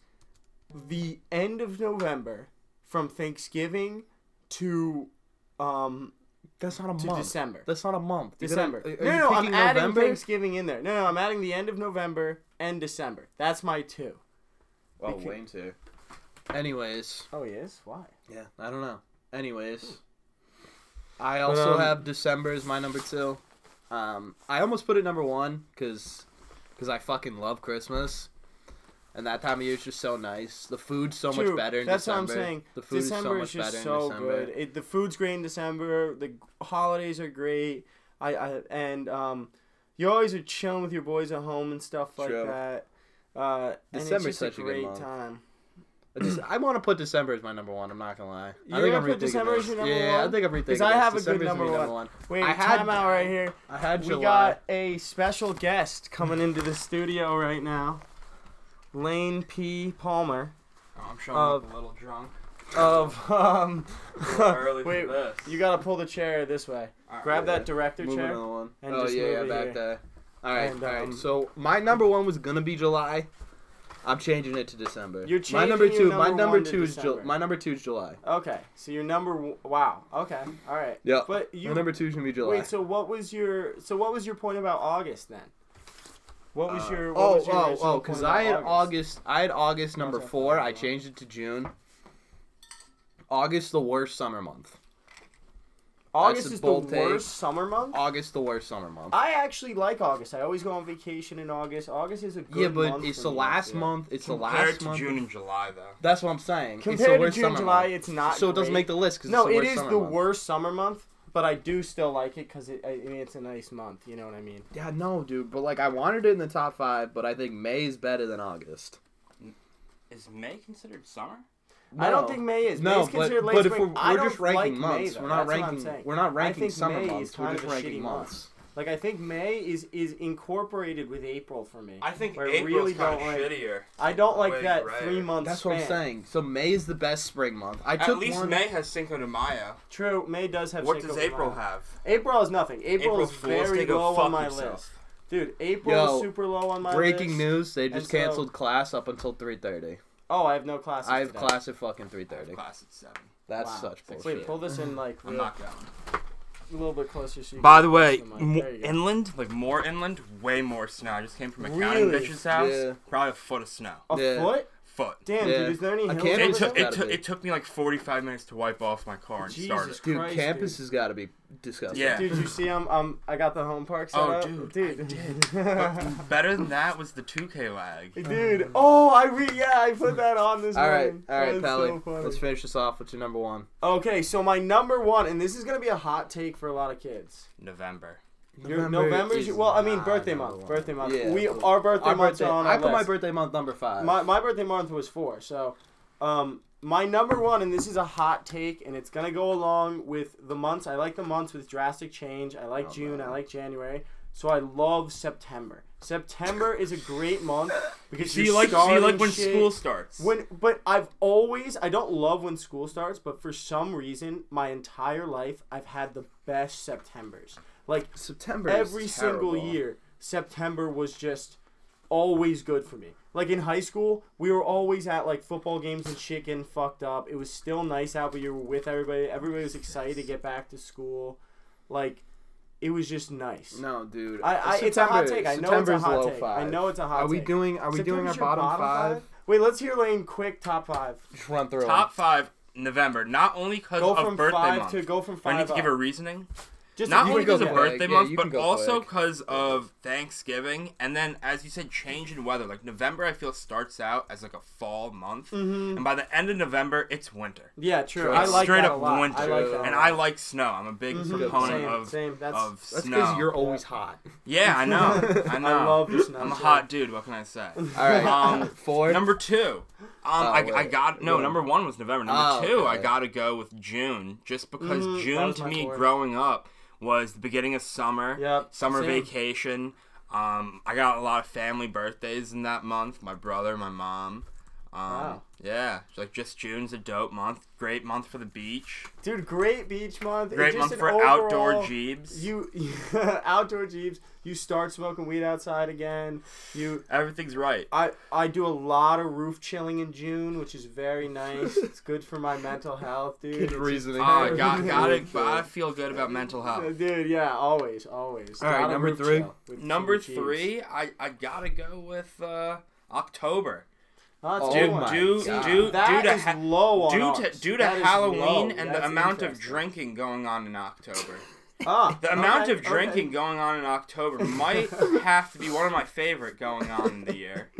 Speaker 2: the end of November, from Thanksgiving to um
Speaker 1: that's not a
Speaker 2: to
Speaker 1: month.
Speaker 2: December.
Speaker 1: That's not a month. You gotta-
Speaker 2: December.
Speaker 1: are- are
Speaker 2: no,
Speaker 1: you
Speaker 2: no, I'm
Speaker 1: picking
Speaker 2: adding
Speaker 1: November?
Speaker 2: Thanksgiving in there. No, no, I'm adding the end of November and December. That's my two.
Speaker 1: Oh, Wayne's here. Anyways,
Speaker 2: Oh, he is. Why?
Speaker 1: yeah, I don't know. Anyways, I also
Speaker 2: um,
Speaker 1: have December as my number two. Um, I almost put it number one because because I fucking love Christmas, and that time of year is just so nice. The food's so
Speaker 2: True.
Speaker 1: much better in
Speaker 2: That's
Speaker 1: December.
Speaker 2: what I'm saying.
Speaker 1: The food
Speaker 2: December
Speaker 1: is so much
Speaker 2: just
Speaker 1: better
Speaker 2: so
Speaker 1: in December.
Speaker 2: good. It, the food's great in December. The g- holidays are great. I, I and um, you always are chilling with your boys at home and stuff like
Speaker 1: True.
Speaker 2: that. Uh, December's
Speaker 1: December's
Speaker 2: such
Speaker 1: such
Speaker 2: a
Speaker 1: a good
Speaker 2: great
Speaker 1: month.
Speaker 2: time.
Speaker 1: I just- I want to put December as my number one. I'm not gonna lie.
Speaker 2: You're
Speaker 1: I think
Speaker 2: gonna
Speaker 1: I'm
Speaker 2: put
Speaker 1: rethinking
Speaker 2: December
Speaker 1: this.
Speaker 2: as your number
Speaker 1: yeah,
Speaker 2: one?
Speaker 1: I think I'm rethinking
Speaker 2: 'Cause I have a good
Speaker 1: this. December's gonna be
Speaker 2: number
Speaker 1: number
Speaker 2: one.
Speaker 1: one.
Speaker 2: Wait,
Speaker 1: I had-
Speaker 2: time out right here.
Speaker 1: I had
Speaker 2: We
Speaker 1: July.
Speaker 2: got a special guest coming into the studio right now. Lane P. Palmer
Speaker 5: Oh, I'm showing
Speaker 1: Oh.
Speaker 2: up
Speaker 5: up a little drunk.
Speaker 2: of um.
Speaker 5: Early
Speaker 2: wait,
Speaker 5: for this.
Speaker 2: you gotta pull the chair this way. Grab that director
Speaker 1: Move
Speaker 2: chair.
Speaker 1: another one.
Speaker 2: and
Speaker 1: oh
Speaker 2: just
Speaker 1: yeah,
Speaker 2: move
Speaker 1: yeah,
Speaker 2: it
Speaker 1: back
Speaker 2: here.
Speaker 1: there. All right,
Speaker 2: And,
Speaker 1: all right.
Speaker 2: um,
Speaker 1: So my number one was gonna be July. I'm changing it to December.
Speaker 2: You're
Speaker 1: my number
Speaker 2: changing
Speaker 1: two.
Speaker 2: your
Speaker 1: my
Speaker 2: number
Speaker 1: number
Speaker 2: one to
Speaker 1: two is Ju-
Speaker 2: December.
Speaker 1: my number two is July.
Speaker 2: Okay, so your number w- wow. Okay, all right.
Speaker 1: Yeah.
Speaker 2: But you
Speaker 1: my number two is gonna be July.
Speaker 2: wait. So what was your so what was your point about August then? What was your what
Speaker 1: oh
Speaker 2: was your
Speaker 1: oh
Speaker 2: original
Speaker 1: oh,
Speaker 2: point
Speaker 1: because
Speaker 2: about
Speaker 1: I had August. I had August number
Speaker 2: That's
Speaker 1: four.
Speaker 2: okay.
Speaker 1: I changed it to June. August the worst summer month.
Speaker 2: August
Speaker 1: That's a
Speaker 2: is the
Speaker 1: bold take.
Speaker 2: worst summer month.
Speaker 1: August the worst summer month.
Speaker 2: I actually like August. I always go on vacation in August. August is a good
Speaker 1: yeah, but
Speaker 2: month
Speaker 1: it's
Speaker 2: for
Speaker 1: the
Speaker 2: me.
Speaker 1: last month. It's the
Speaker 5: Compared
Speaker 1: last
Speaker 5: to
Speaker 1: month.
Speaker 5: June and July, though.
Speaker 1: That's what I'm saying. it's the
Speaker 2: Compared to
Speaker 1: worst
Speaker 2: June and
Speaker 1: summer
Speaker 2: July,
Speaker 1: month.
Speaker 2: it's not.
Speaker 1: so it doesn't
Speaker 2: great.
Speaker 1: make the list because
Speaker 2: No,
Speaker 1: it's the
Speaker 2: it
Speaker 1: worst
Speaker 2: is
Speaker 1: summer
Speaker 2: the
Speaker 1: month.
Speaker 2: worst summer month, but I do still like it because it, I mean, it's a nice month. You know what I mean?
Speaker 1: Yeah, no, dude. But like, I wanted it in the top five, but I think May is better than August.
Speaker 5: Is May considered summer?
Speaker 2: I don't
Speaker 1: No.
Speaker 2: think May is.
Speaker 1: No,
Speaker 2: May's
Speaker 1: but,
Speaker 2: considered late
Speaker 1: but if
Speaker 2: spring.
Speaker 1: we're,
Speaker 2: I
Speaker 1: we're just
Speaker 2: don't
Speaker 1: ranking
Speaker 2: like May,
Speaker 1: months,
Speaker 2: though.
Speaker 1: we're not
Speaker 2: That's what I'm
Speaker 1: ranking
Speaker 2: saying.
Speaker 1: we're not
Speaker 2: I
Speaker 1: ranking
Speaker 2: think
Speaker 1: summer
Speaker 2: May Is
Speaker 1: months.
Speaker 2: kind
Speaker 1: We're
Speaker 2: of
Speaker 1: just
Speaker 2: a
Speaker 1: ranking
Speaker 2: shitty
Speaker 1: months.
Speaker 2: Like I think May is is incorporated with April for me.
Speaker 5: I think
Speaker 2: Where I
Speaker 5: April's
Speaker 2: really
Speaker 5: kind
Speaker 2: don't
Speaker 5: of
Speaker 2: like-
Speaker 5: shittier.
Speaker 2: I don't like
Speaker 5: Way
Speaker 2: that
Speaker 5: grayer.
Speaker 2: three month.
Speaker 1: That's what I'm
Speaker 2: span.
Speaker 1: saying. So May is the best spring month. I took
Speaker 5: At least
Speaker 1: one,
Speaker 5: May has Cinco de Mayo.
Speaker 2: True, May does have.
Speaker 5: What
Speaker 2: Cinco
Speaker 5: does
Speaker 2: de
Speaker 5: April
Speaker 2: Mayo.
Speaker 5: have?
Speaker 2: April is nothing. April
Speaker 5: April
Speaker 2: is
Speaker 5: Fool's
Speaker 2: very
Speaker 5: Day, go
Speaker 2: low
Speaker 5: fuck
Speaker 2: on my
Speaker 5: yourself.
Speaker 2: list, dude. April
Speaker 1: Yo,
Speaker 2: is super low on my
Speaker 1: Breaking
Speaker 2: list.
Speaker 1: news: They
Speaker 2: And
Speaker 1: just
Speaker 2: so-
Speaker 1: canceled class up until 3:30.
Speaker 2: Oh, I have no classes.
Speaker 1: I have
Speaker 2: today.
Speaker 1: class at fucking
Speaker 5: I have
Speaker 1: 3:30.
Speaker 5: class at seven.
Speaker 1: That's
Speaker 2: Wow.
Speaker 1: such bullshit.
Speaker 2: Wait, pull this in like
Speaker 5: I'm
Speaker 2: real,
Speaker 5: not going.
Speaker 2: a little bit closer. So you
Speaker 5: By
Speaker 2: can
Speaker 5: the way,
Speaker 2: touch the
Speaker 5: m-
Speaker 2: mic. There you go.
Speaker 5: inland, like more inland, way more snow. I just came from a counting
Speaker 2: Really?
Speaker 5: bitch's house.
Speaker 1: Yeah.
Speaker 5: Probably a foot of snow.
Speaker 2: a
Speaker 1: Yeah.
Speaker 2: foot.
Speaker 5: Foot.
Speaker 2: Damn,
Speaker 1: Yeah.
Speaker 2: dude, is there any
Speaker 1: I
Speaker 2: hills?
Speaker 1: can't-
Speaker 2: over
Speaker 5: It took
Speaker 2: there?
Speaker 5: it, took it took me like 45 minutes to wipe off my car and start
Speaker 2: Jesus
Speaker 5: it.
Speaker 1: dude,
Speaker 2: Christ,
Speaker 1: campus
Speaker 2: dude.
Speaker 1: has got to be disgusting.
Speaker 5: Yeah.
Speaker 2: Dude, you see, I'm, I'm I got the home park set
Speaker 5: Oh,
Speaker 2: up.
Speaker 5: dude,
Speaker 2: dude,
Speaker 5: But better than that was the 2K lag.
Speaker 2: dude. Oh, I re yeah, I put that on this
Speaker 1: All right,
Speaker 2: morning.
Speaker 1: all right,
Speaker 2: That's
Speaker 1: Pally.
Speaker 2: so funny.
Speaker 1: let's finish this off with your number one.
Speaker 2: okay, so my number one, and this is gonna be a hot take for a lot of kids.
Speaker 5: November.
Speaker 2: Your
Speaker 1: November
Speaker 2: November's
Speaker 1: is
Speaker 2: your- well, I mean,
Speaker 1: my
Speaker 2: birthday
Speaker 1: number
Speaker 2: month.
Speaker 1: one.
Speaker 2: Birthday month.
Speaker 1: Yeah.
Speaker 2: we our birthday
Speaker 1: Our
Speaker 2: months
Speaker 1: birthday.
Speaker 2: are on
Speaker 1: I
Speaker 2: our
Speaker 1: put my
Speaker 2: list.
Speaker 1: birthday month number five.
Speaker 2: My, my birthday month was four. So, um, my number one, and this is a hot take, and it's gonna go along with the months. I like the months with drastic change. I
Speaker 1: Oh,
Speaker 2: like June. I like January. So I love September. September is a great month because
Speaker 5: See,
Speaker 2: you're
Speaker 5: you like see, you
Speaker 2: starting
Speaker 5: like when
Speaker 2: shit.
Speaker 5: school starts.
Speaker 2: When, but I've always I don't love when school starts, but for some reason, my entire life I've had the best September's. Like
Speaker 1: September
Speaker 2: every
Speaker 1: is
Speaker 2: single
Speaker 1: terrible.
Speaker 2: year, September was just always good for me. Like in high school, we were always at like football games and shit getting fucked up. It was still nice out, but you were with everybody. Everybody was excited to get back to school. Like, it was just nice.
Speaker 1: No, dude.
Speaker 2: I, I, it's a hot take. I know it's a
Speaker 1: September's
Speaker 2: hot
Speaker 1: low
Speaker 2: take. I
Speaker 1: five.
Speaker 2: know it's a hot
Speaker 1: Are we
Speaker 2: take.
Speaker 1: doing? Are we doing our
Speaker 2: September's your
Speaker 1: bottom, five?
Speaker 2: Wait, let's hear Lane quick top five.
Speaker 1: Just run through.
Speaker 5: Top 5 November, not only because
Speaker 2: Go
Speaker 5: of
Speaker 2: from
Speaker 5: birthday
Speaker 2: five
Speaker 5: month.
Speaker 2: to go from
Speaker 5: Do I
Speaker 2: five
Speaker 5: need to give a
Speaker 2: up.
Speaker 5: reasoning.
Speaker 2: Just
Speaker 5: Not
Speaker 2: you
Speaker 5: only
Speaker 2: can
Speaker 5: because of
Speaker 2: go-
Speaker 1: quick.
Speaker 5: birthday
Speaker 1: Yeah,
Speaker 5: month,
Speaker 1: you can
Speaker 5: but
Speaker 1: go
Speaker 5: also
Speaker 1: quick.
Speaker 5: because of Thanksgiving, and then as you said, change in weather. Like November, I feel starts out as like a fall month,
Speaker 2: Mm-hmm.
Speaker 5: and by the end of November, it's winter.
Speaker 2: Yeah, true.
Speaker 1: Straight
Speaker 2: I like
Speaker 5: Straight
Speaker 2: that
Speaker 5: up
Speaker 2: a lot.
Speaker 5: winter,
Speaker 2: I like
Speaker 1: Oh.
Speaker 2: that.
Speaker 5: and
Speaker 2: a
Speaker 5: I
Speaker 2: lot.
Speaker 5: like snow. I'm a big proponent
Speaker 2: Mm-hmm. Same,
Speaker 5: of
Speaker 2: same. That's-
Speaker 5: of
Speaker 1: That's
Speaker 5: snow.
Speaker 1: because you're always hot.
Speaker 5: Yeah, I know. I know. I
Speaker 2: love the snow,
Speaker 5: am a
Speaker 2: too.
Speaker 5: hot dude. What can I say?
Speaker 1: All right,
Speaker 5: Um,
Speaker 1: four.
Speaker 5: Number two, um,
Speaker 2: Oh,
Speaker 5: I,
Speaker 1: wait,
Speaker 5: I got no.
Speaker 1: wait.
Speaker 5: Number one was November.
Speaker 1: Oh,
Speaker 5: Number two, I
Speaker 1: okay.
Speaker 5: gotta go with June, just because
Speaker 2: Mm, that
Speaker 5: June
Speaker 2: was
Speaker 5: to
Speaker 2: my
Speaker 5: me
Speaker 2: four.
Speaker 5: growing up was the beginning of summer.
Speaker 2: Yep,
Speaker 5: Summer
Speaker 2: same.
Speaker 5: vacation. Um, I got a lot of family birthdays in that month. My brother, my mom. Um,
Speaker 2: Wow.
Speaker 5: Yeah, like just June's a dope month. Great month for the beach.
Speaker 2: Dude, great beach month. and
Speaker 5: Great
Speaker 2: just
Speaker 5: month
Speaker 2: an
Speaker 5: for
Speaker 2: overall-
Speaker 5: outdoor jeeps.
Speaker 2: You outdoor jeeps. You start smoking weed outside again. You.
Speaker 5: Everything's right.
Speaker 2: I, I do a lot of roof chilling in June, which is very nice. it's good for my mental health, dude. It's
Speaker 1: Good
Speaker 2: just-
Speaker 1: reasoning.
Speaker 5: Oh, got gotta gotta feel good about mental health.
Speaker 2: Dude, yeah, always, always.
Speaker 1: All right,
Speaker 2: Gotta
Speaker 1: number
Speaker 2: roof
Speaker 1: three.
Speaker 2: chill with
Speaker 5: Number
Speaker 2: Jimmy Cheese.
Speaker 5: three, I, I gotta go with uh, October.
Speaker 2: Oh, that's
Speaker 1: Oh
Speaker 2: a
Speaker 5: Due,
Speaker 2: good one.
Speaker 1: my
Speaker 5: due,
Speaker 1: God.
Speaker 5: due, due
Speaker 2: That
Speaker 5: to
Speaker 2: is
Speaker 5: ha-
Speaker 2: low on
Speaker 5: due
Speaker 2: ours.
Speaker 5: to, due to
Speaker 2: That is low.
Speaker 5: Halloween and the
Speaker 2: That's
Speaker 5: amount of
Speaker 2: interesting.
Speaker 5: drinking going on in October.
Speaker 2: Ah,
Speaker 5: The amount
Speaker 2: okay,
Speaker 5: of drinking
Speaker 2: okay.
Speaker 5: going on in October might have to be one of my favorite going on in the year.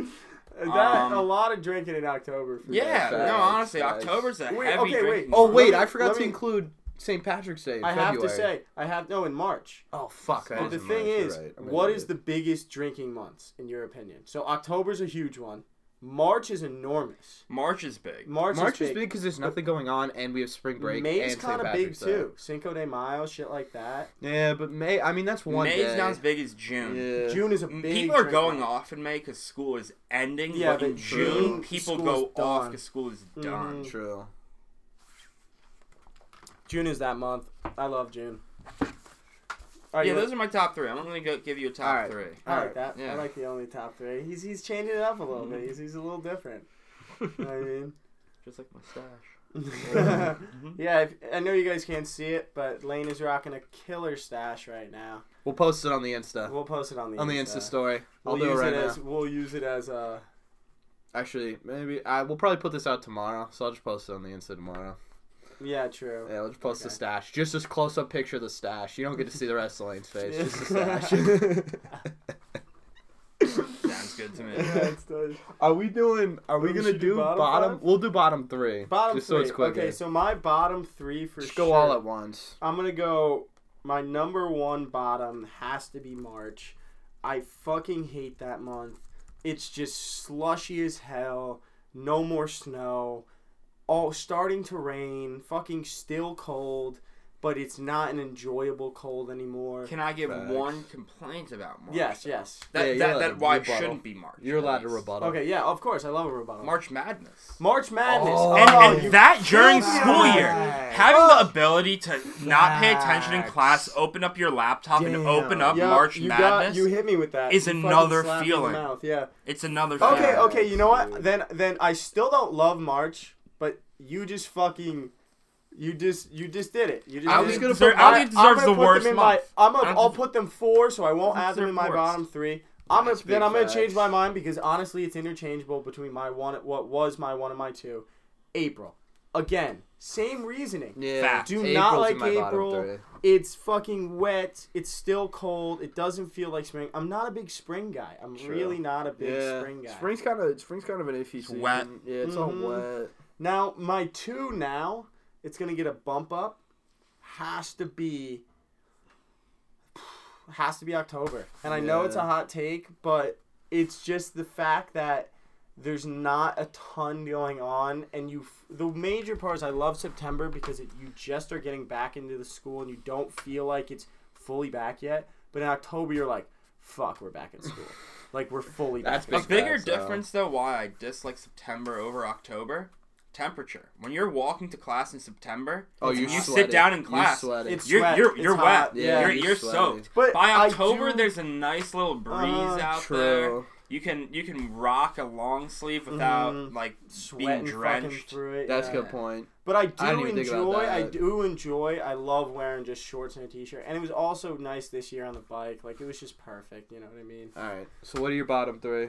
Speaker 2: That, a
Speaker 5: um,
Speaker 2: lot of drinking in October. For
Speaker 5: Yeah,
Speaker 1: Facts,
Speaker 5: no, honestly,
Speaker 1: facts.
Speaker 5: October's a
Speaker 2: Wait,
Speaker 5: heavy
Speaker 2: okay, wait.
Speaker 5: drinking
Speaker 1: Oh
Speaker 5: month.
Speaker 1: wait,
Speaker 2: Let me-
Speaker 1: I forgot
Speaker 2: let
Speaker 1: to
Speaker 2: me-
Speaker 1: include St. Patrick's Day. in
Speaker 2: that. I have to
Speaker 1: February.
Speaker 2: say, I have no in March.
Speaker 1: Oh fuck! I
Speaker 2: But the
Speaker 1: didn't
Speaker 2: thing
Speaker 1: realize,
Speaker 2: is,
Speaker 1: you're right. I mean,
Speaker 2: what
Speaker 1: it
Speaker 2: is the biggest drinking months in your opinion? So October's a huge one. March is enormous.
Speaker 5: March is big.
Speaker 2: March,
Speaker 1: March
Speaker 2: is,
Speaker 1: is big because there's nothing going on, and we have spring break.
Speaker 2: May's
Speaker 1: and St.
Speaker 2: kind of big
Speaker 1: Patrick's Day.
Speaker 2: too. Cinco de Mayo, shit like that.
Speaker 1: Yeah, but May. I mean, that's one
Speaker 5: May's
Speaker 1: day.
Speaker 5: not as big as June.
Speaker 1: Yeah.
Speaker 2: June is a
Speaker 5: M-
Speaker 2: big.
Speaker 5: People are
Speaker 2: drink
Speaker 5: going
Speaker 2: month.
Speaker 5: off in May because school is ending.
Speaker 2: Yeah,
Speaker 5: Yeah, but in
Speaker 2: but
Speaker 5: June,
Speaker 2: June,
Speaker 5: people
Speaker 2: school
Speaker 5: go
Speaker 2: is
Speaker 5: off
Speaker 2: done. Mm-hmm.
Speaker 5: because school is done.
Speaker 1: True.
Speaker 2: June is that month. I love June. All right,
Speaker 5: Yeah,
Speaker 2: you-
Speaker 5: those are my top three. I'm only gonna give you a top
Speaker 1: Alright.
Speaker 5: three.
Speaker 2: I like that.
Speaker 5: Yeah.
Speaker 2: I like the only top three. He's he's changing it up a little bit. He's, he's a little different. You know what I mean,
Speaker 5: Just like my stash.
Speaker 1: Mm-hmm.
Speaker 2: yeah, if, I know you guys can't see it, but Lane is rocking a killer stash right now.
Speaker 1: We'll post it on the Insta.
Speaker 2: We'll post it on the
Speaker 1: on the
Speaker 2: Insta,
Speaker 1: Insta story. I'll do
Speaker 2: We'll
Speaker 1: it
Speaker 2: use
Speaker 1: right
Speaker 2: it
Speaker 1: now.
Speaker 2: as we'll use it as a
Speaker 1: Actually, maybe I will probably put this out tomorrow, so I'll just post it on the Insta tomorrow.
Speaker 2: yeah, true.
Speaker 1: Yeah, I'll just post the
Speaker 2: Okay.
Speaker 1: stash. Just this close up picture of the stash. You don't get to see the rest of Lane's face.
Speaker 2: Yeah.
Speaker 1: Just the stash.
Speaker 5: Sounds good to me.
Speaker 2: Yeah, it's the-
Speaker 1: are we doing? Are we
Speaker 2: We
Speaker 1: gonna
Speaker 2: should
Speaker 1: do
Speaker 2: do
Speaker 1: bottom?
Speaker 2: bottom five?
Speaker 1: We'll do bottom three.
Speaker 2: bottom
Speaker 1: just
Speaker 2: three.
Speaker 1: so it's quicker.
Speaker 2: okay, so my bottom three for
Speaker 1: just
Speaker 2: sure.
Speaker 1: go all at once.
Speaker 2: I'm gonna go. My number one bottom has to be March. I fucking hate that month. It's just slushy as hell. No more snow. All starting to rain. Fucking still cold, but it's not an enjoyable cold anymore.
Speaker 5: Can I give
Speaker 1: Facts.
Speaker 5: one complaint about March?
Speaker 2: yes, yes.
Speaker 5: That,
Speaker 1: Yeah, you're
Speaker 5: that,
Speaker 1: allowed
Speaker 5: that
Speaker 1: to
Speaker 5: why it
Speaker 1: rebuttal.
Speaker 5: shouldn't be March.
Speaker 1: You're
Speaker 5: at
Speaker 1: allowed to
Speaker 5: least.
Speaker 1: rebuttal.
Speaker 2: Okay, yeah, of course. I love a rebuttal.
Speaker 5: March Madness.
Speaker 2: March Madness.
Speaker 1: Oh.
Speaker 5: and,
Speaker 2: Oh,
Speaker 5: and
Speaker 2: you- Oh.
Speaker 5: that during
Speaker 2: killed me
Speaker 5: school
Speaker 2: on
Speaker 5: year,
Speaker 1: that.
Speaker 5: having the ability to not pay attention in
Speaker 1: Facts.
Speaker 5: class, open up your laptop, and
Speaker 1: Damn.
Speaker 5: open up
Speaker 2: Yep,
Speaker 5: March
Speaker 2: you
Speaker 5: Madness,
Speaker 2: Got, you hit me with that.
Speaker 5: is
Speaker 2: You fucking
Speaker 5: another
Speaker 2: slapped me in the
Speaker 5: feeling.
Speaker 2: mouth, Yeah.
Speaker 5: it's another thing.
Speaker 2: Okay,
Speaker 1: Yeah,
Speaker 2: okay, you know
Speaker 1: dude.
Speaker 2: what? Then then I still don't love March, but you just fucking you just you just did it. You just
Speaker 5: I
Speaker 2: did
Speaker 5: was
Speaker 2: it.
Speaker 5: gonna put- I think it
Speaker 2: I'm
Speaker 5: deserves
Speaker 2: gonna
Speaker 5: the
Speaker 2: put them
Speaker 5: worst
Speaker 2: in my-
Speaker 5: month.
Speaker 2: I'm
Speaker 5: I
Speaker 2: gonna,
Speaker 5: don't
Speaker 2: I'll
Speaker 5: think-
Speaker 2: put them four, so I won't
Speaker 5: I don't
Speaker 2: add them in
Speaker 5: deserve
Speaker 2: my
Speaker 5: worst.
Speaker 2: bottom three. I'm gonna,
Speaker 1: That's big
Speaker 2: then I'm gonna
Speaker 1: facts.
Speaker 2: change my mind because honestly, it's interchangeable between my one, what was my one and my two, April. Again, same reasoning.
Speaker 1: Yeah,
Speaker 5: Fact.
Speaker 2: Do
Speaker 1: April's
Speaker 2: not
Speaker 1: in
Speaker 2: like
Speaker 1: my bottom
Speaker 2: April.
Speaker 1: three.
Speaker 2: It's fucking wet. It's still cold. It doesn't feel like spring. I'm not a big spring guy. I'm
Speaker 1: True.
Speaker 2: really not a big spring guy.
Speaker 1: Spring's kind of spring's kind of an iffy season.
Speaker 5: wet.
Speaker 1: Yeah, it's all
Speaker 2: Mm-hmm.
Speaker 1: wet.
Speaker 2: Now, my two now, it's going to get a bump up, has to be. Has to be October. And I know it's a
Speaker 1: Yeah.
Speaker 2: hot take, but it's just the fact that there's not a ton going on. And you, f- the major part is I love September because it, you just are getting back into the school and you don't feel like it's fully back yet. But in October, you're like, fuck, we're back at school. like, we're fully
Speaker 1: That's
Speaker 2: back.
Speaker 5: A
Speaker 1: big
Speaker 5: bigger
Speaker 1: facts, though.
Speaker 5: difference, though, why I dislike September over October. Temperature. When you're walking to class in September,
Speaker 1: Oh,
Speaker 5: and
Speaker 1: you're
Speaker 5: you
Speaker 1: sweating.
Speaker 5: sit down in
Speaker 1: You're
Speaker 5: class, you're
Speaker 1: sweating.
Speaker 2: It's
Speaker 5: you're
Speaker 2: sweat,
Speaker 5: you're,
Speaker 2: it's
Speaker 5: wet.
Speaker 2: hot, yeah.
Speaker 5: you're,
Speaker 1: You're
Speaker 5: you're
Speaker 1: sweaty.
Speaker 5: soaked.
Speaker 2: But
Speaker 5: By
Speaker 2: I
Speaker 5: October,
Speaker 2: do-
Speaker 5: there's a nice little breeze
Speaker 2: Uh,
Speaker 5: out
Speaker 1: true.
Speaker 5: there. You can you can rock a long sleeve without
Speaker 1: Mm-hmm.
Speaker 2: Mhm.
Speaker 5: like being
Speaker 2: Sweating fucking
Speaker 5: drenched.
Speaker 2: through it.
Speaker 1: That's
Speaker 2: yeah.
Speaker 1: a good point.
Speaker 2: But I do
Speaker 1: I didn't even think about
Speaker 2: enjoy. I
Speaker 1: that.
Speaker 2: do enjoy. I love wearing just shorts and a t-shirt, and it was also nice this year on the bike. Like it was just perfect. You know what I mean?
Speaker 1: All right. So what are your bottom three?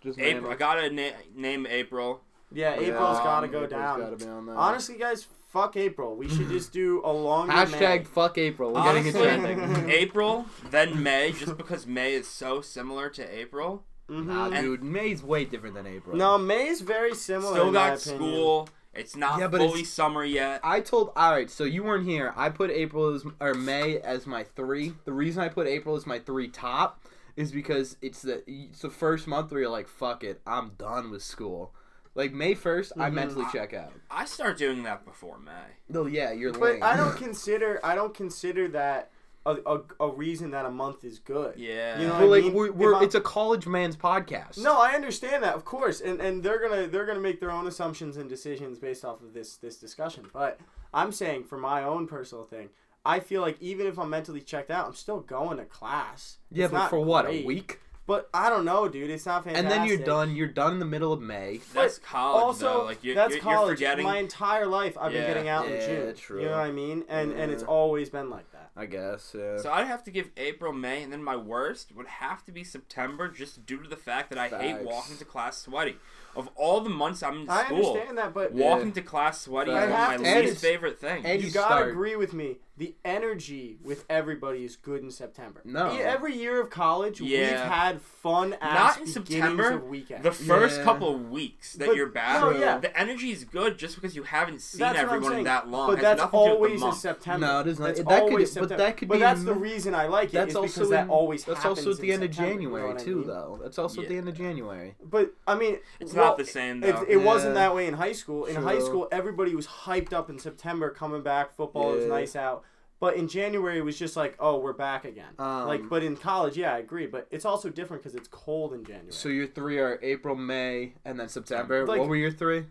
Speaker 1: Just name
Speaker 5: April. I
Speaker 1: them.
Speaker 5: gotta na- name April.
Speaker 2: Yeah,
Speaker 1: Yeah, um,
Speaker 2: April's gotta go
Speaker 1: April's
Speaker 2: down.
Speaker 1: gotta be on that.
Speaker 2: Honestly, guys, fuck April. We should just do a longer May.
Speaker 1: Hashtag fuck April. We're getting it
Speaker 2: Honestly-
Speaker 1: trending.
Speaker 5: April, then May, just because May is so similar to April.
Speaker 1: Nah, dude, May's way different than April.
Speaker 2: Mm-hmm. No, May is very similar.
Speaker 5: Still
Speaker 2: in my
Speaker 5: got
Speaker 2: opinion.
Speaker 5: school. It's not
Speaker 1: Yeah, but
Speaker 5: fully
Speaker 1: it's-
Speaker 5: summer yet.
Speaker 1: I told all right, so you weren't here. I put April as or May as my three. The reason I put April as my three top is because it's the it's the first month where you're like, fuck it, I'm done with school. Like May 1st I
Speaker 2: Mm-hmm.
Speaker 1: mentally check out.
Speaker 5: I start doing that before May.
Speaker 1: No, yeah, you're
Speaker 2: But
Speaker 1: lame.
Speaker 2: I don't consider I don't consider that a, a, a reason that a month is good.
Speaker 5: Yeah.
Speaker 2: You know
Speaker 1: But
Speaker 2: what I
Speaker 1: like
Speaker 2: mean?
Speaker 1: we're,
Speaker 2: If
Speaker 1: we're
Speaker 2: I'm-
Speaker 1: it's a college man's podcast.
Speaker 2: No, I understand that, of course, and and they're gonna they're gonna make their own assumptions and decisions based off of this this discussion. But I'm saying for my own personal thing, I feel like even if I'm mentally checked out, I'm still going to class.
Speaker 1: yeah,
Speaker 2: It's
Speaker 1: but
Speaker 2: not
Speaker 1: for what
Speaker 2: great.
Speaker 1: a week,
Speaker 2: But I don't know, dude. It's not
Speaker 1: and
Speaker 2: fantastic.
Speaker 1: then you're done. You're done in the middle of May.
Speaker 5: That's
Speaker 2: But
Speaker 5: college
Speaker 2: also,
Speaker 5: though. Like you're,
Speaker 2: that's
Speaker 5: you're,
Speaker 2: college.
Speaker 5: you're forgetting.
Speaker 2: My entire life, I've
Speaker 5: Yeah.
Speaker 2: been getting out
Speaker 1: Yeah,
Speaker 2: in June.
Speaker 1: true.
Speaker 2: You know what I mean? And and it's
Speaker 1: Yeah.
Speaker 2: always been like that.
Speaker 1: I guess. Yeah.
Speaker 5: So I'd have to give April, May, and then my worst would have to be September, just due to the fact that I hate
Speaker 1: Facts.
Speaker 5: walking to class sweaty. Of all the months I'm in
Speaker 2: I
Speaker 5: school,
Speaker 2: understand that, but
Speaker 1: Yeah.
Speaker 5: walking to class sweaty
Speaker 1: Facts.
Speaker 5: is
Speaker 2: I
Speaker 5: one
Speaker 2: have
Speaker 5: of
Speaker 2: to-
Speaker 5: my
Speaker 1: and
Speaker 5: least
Speaker 1: it's-
Speaker 5: favorite things.
Speaker 1: and
Speaker 2: you
Speaker 1: you
Speaker 2: gotta
Speaker 1: start-
Speaker 2: agree with me. The energy with everybody is good in September.
Speaker 1: No.
Speaker 2: E- every year of college, we've
Speaker 5: Yeah.
Speaker 2: had fun.
Speaker 5: Not
Speaker 2: Ass
Speaker 5: in
Speaker 2: beginnings
Speaker 5: September.
Speaker 2: Of weekends.
Speaker 5: The first
Speaker 1: Yeah.
Speaker 5: couple of weeks that
Speaker 2: But-
Speaker 5: you're back,
Speaker 2: no, yeah.
Speaker 5: the energy is good just because you haven't seen
Speaker 2: That's what I'm
Speaker 5: everyone in
Speaker 2: saying.
Speaker 5: that long.
Speaker 2: But
Speaker 5: It has
Speaker 2: that's
Speaker 5: nothing to do with the
Speaker 2: always in
Speaker 5: month.
Speaker 2: September.
Speaker 1: No, it is not.
Speaker 2: That's
Speaker 1: That could-
Speaker 2: always
Speaker 1: but
Speaker 2: September.
Speaker 1: that could
Speaker 2: But
Speaker 1: be
Speaker 2: that's
Speaker 1: in-
Speaker 2: the reason I like it.
Speaker 1: that's
Speaker 2: is
Speaker 1: also
Speaker 2: because that
Speaker 1: in-
Speaker 2: always.
Speaker 1: That's
Speaker 2: happens
Speaker 1: also at the
Speaker 2: in
Speaker 1: end of
Speaker 2: September, you know
Speaker 1: January
Speaker 2: what I
Speaker 1: too,
Speaker 2: mean?
Speaker 1: though. That's also at the
Speaker 5: Yeah.
Speaker 1: end of January.
Speaker 2: But I mean,
Speaker 5: It's
Speaker 2: well,
Speaker 5: not the same,
Speaker 2: It,
Speaker 5: though.
Speaker 2: it wasn't
Speaker 1: Yeah.
Speaker 2: that way in high school. In high
Speaker 1: True.
Speaker 2: school, everybody was hyped up in September, coming back. Football was
Speaker 1: Yeah.
Speaker 2: nice out. But in January, it was just like, oh, we're back again.
Speaker 1: Um,
Speaker 2: like, but in college, yeah, I agree. But it's also different because it's cold in January.
Speaker 1: So your three are April, May, and then September.
Speaker 2: Like-
Speaker 1: what were your three?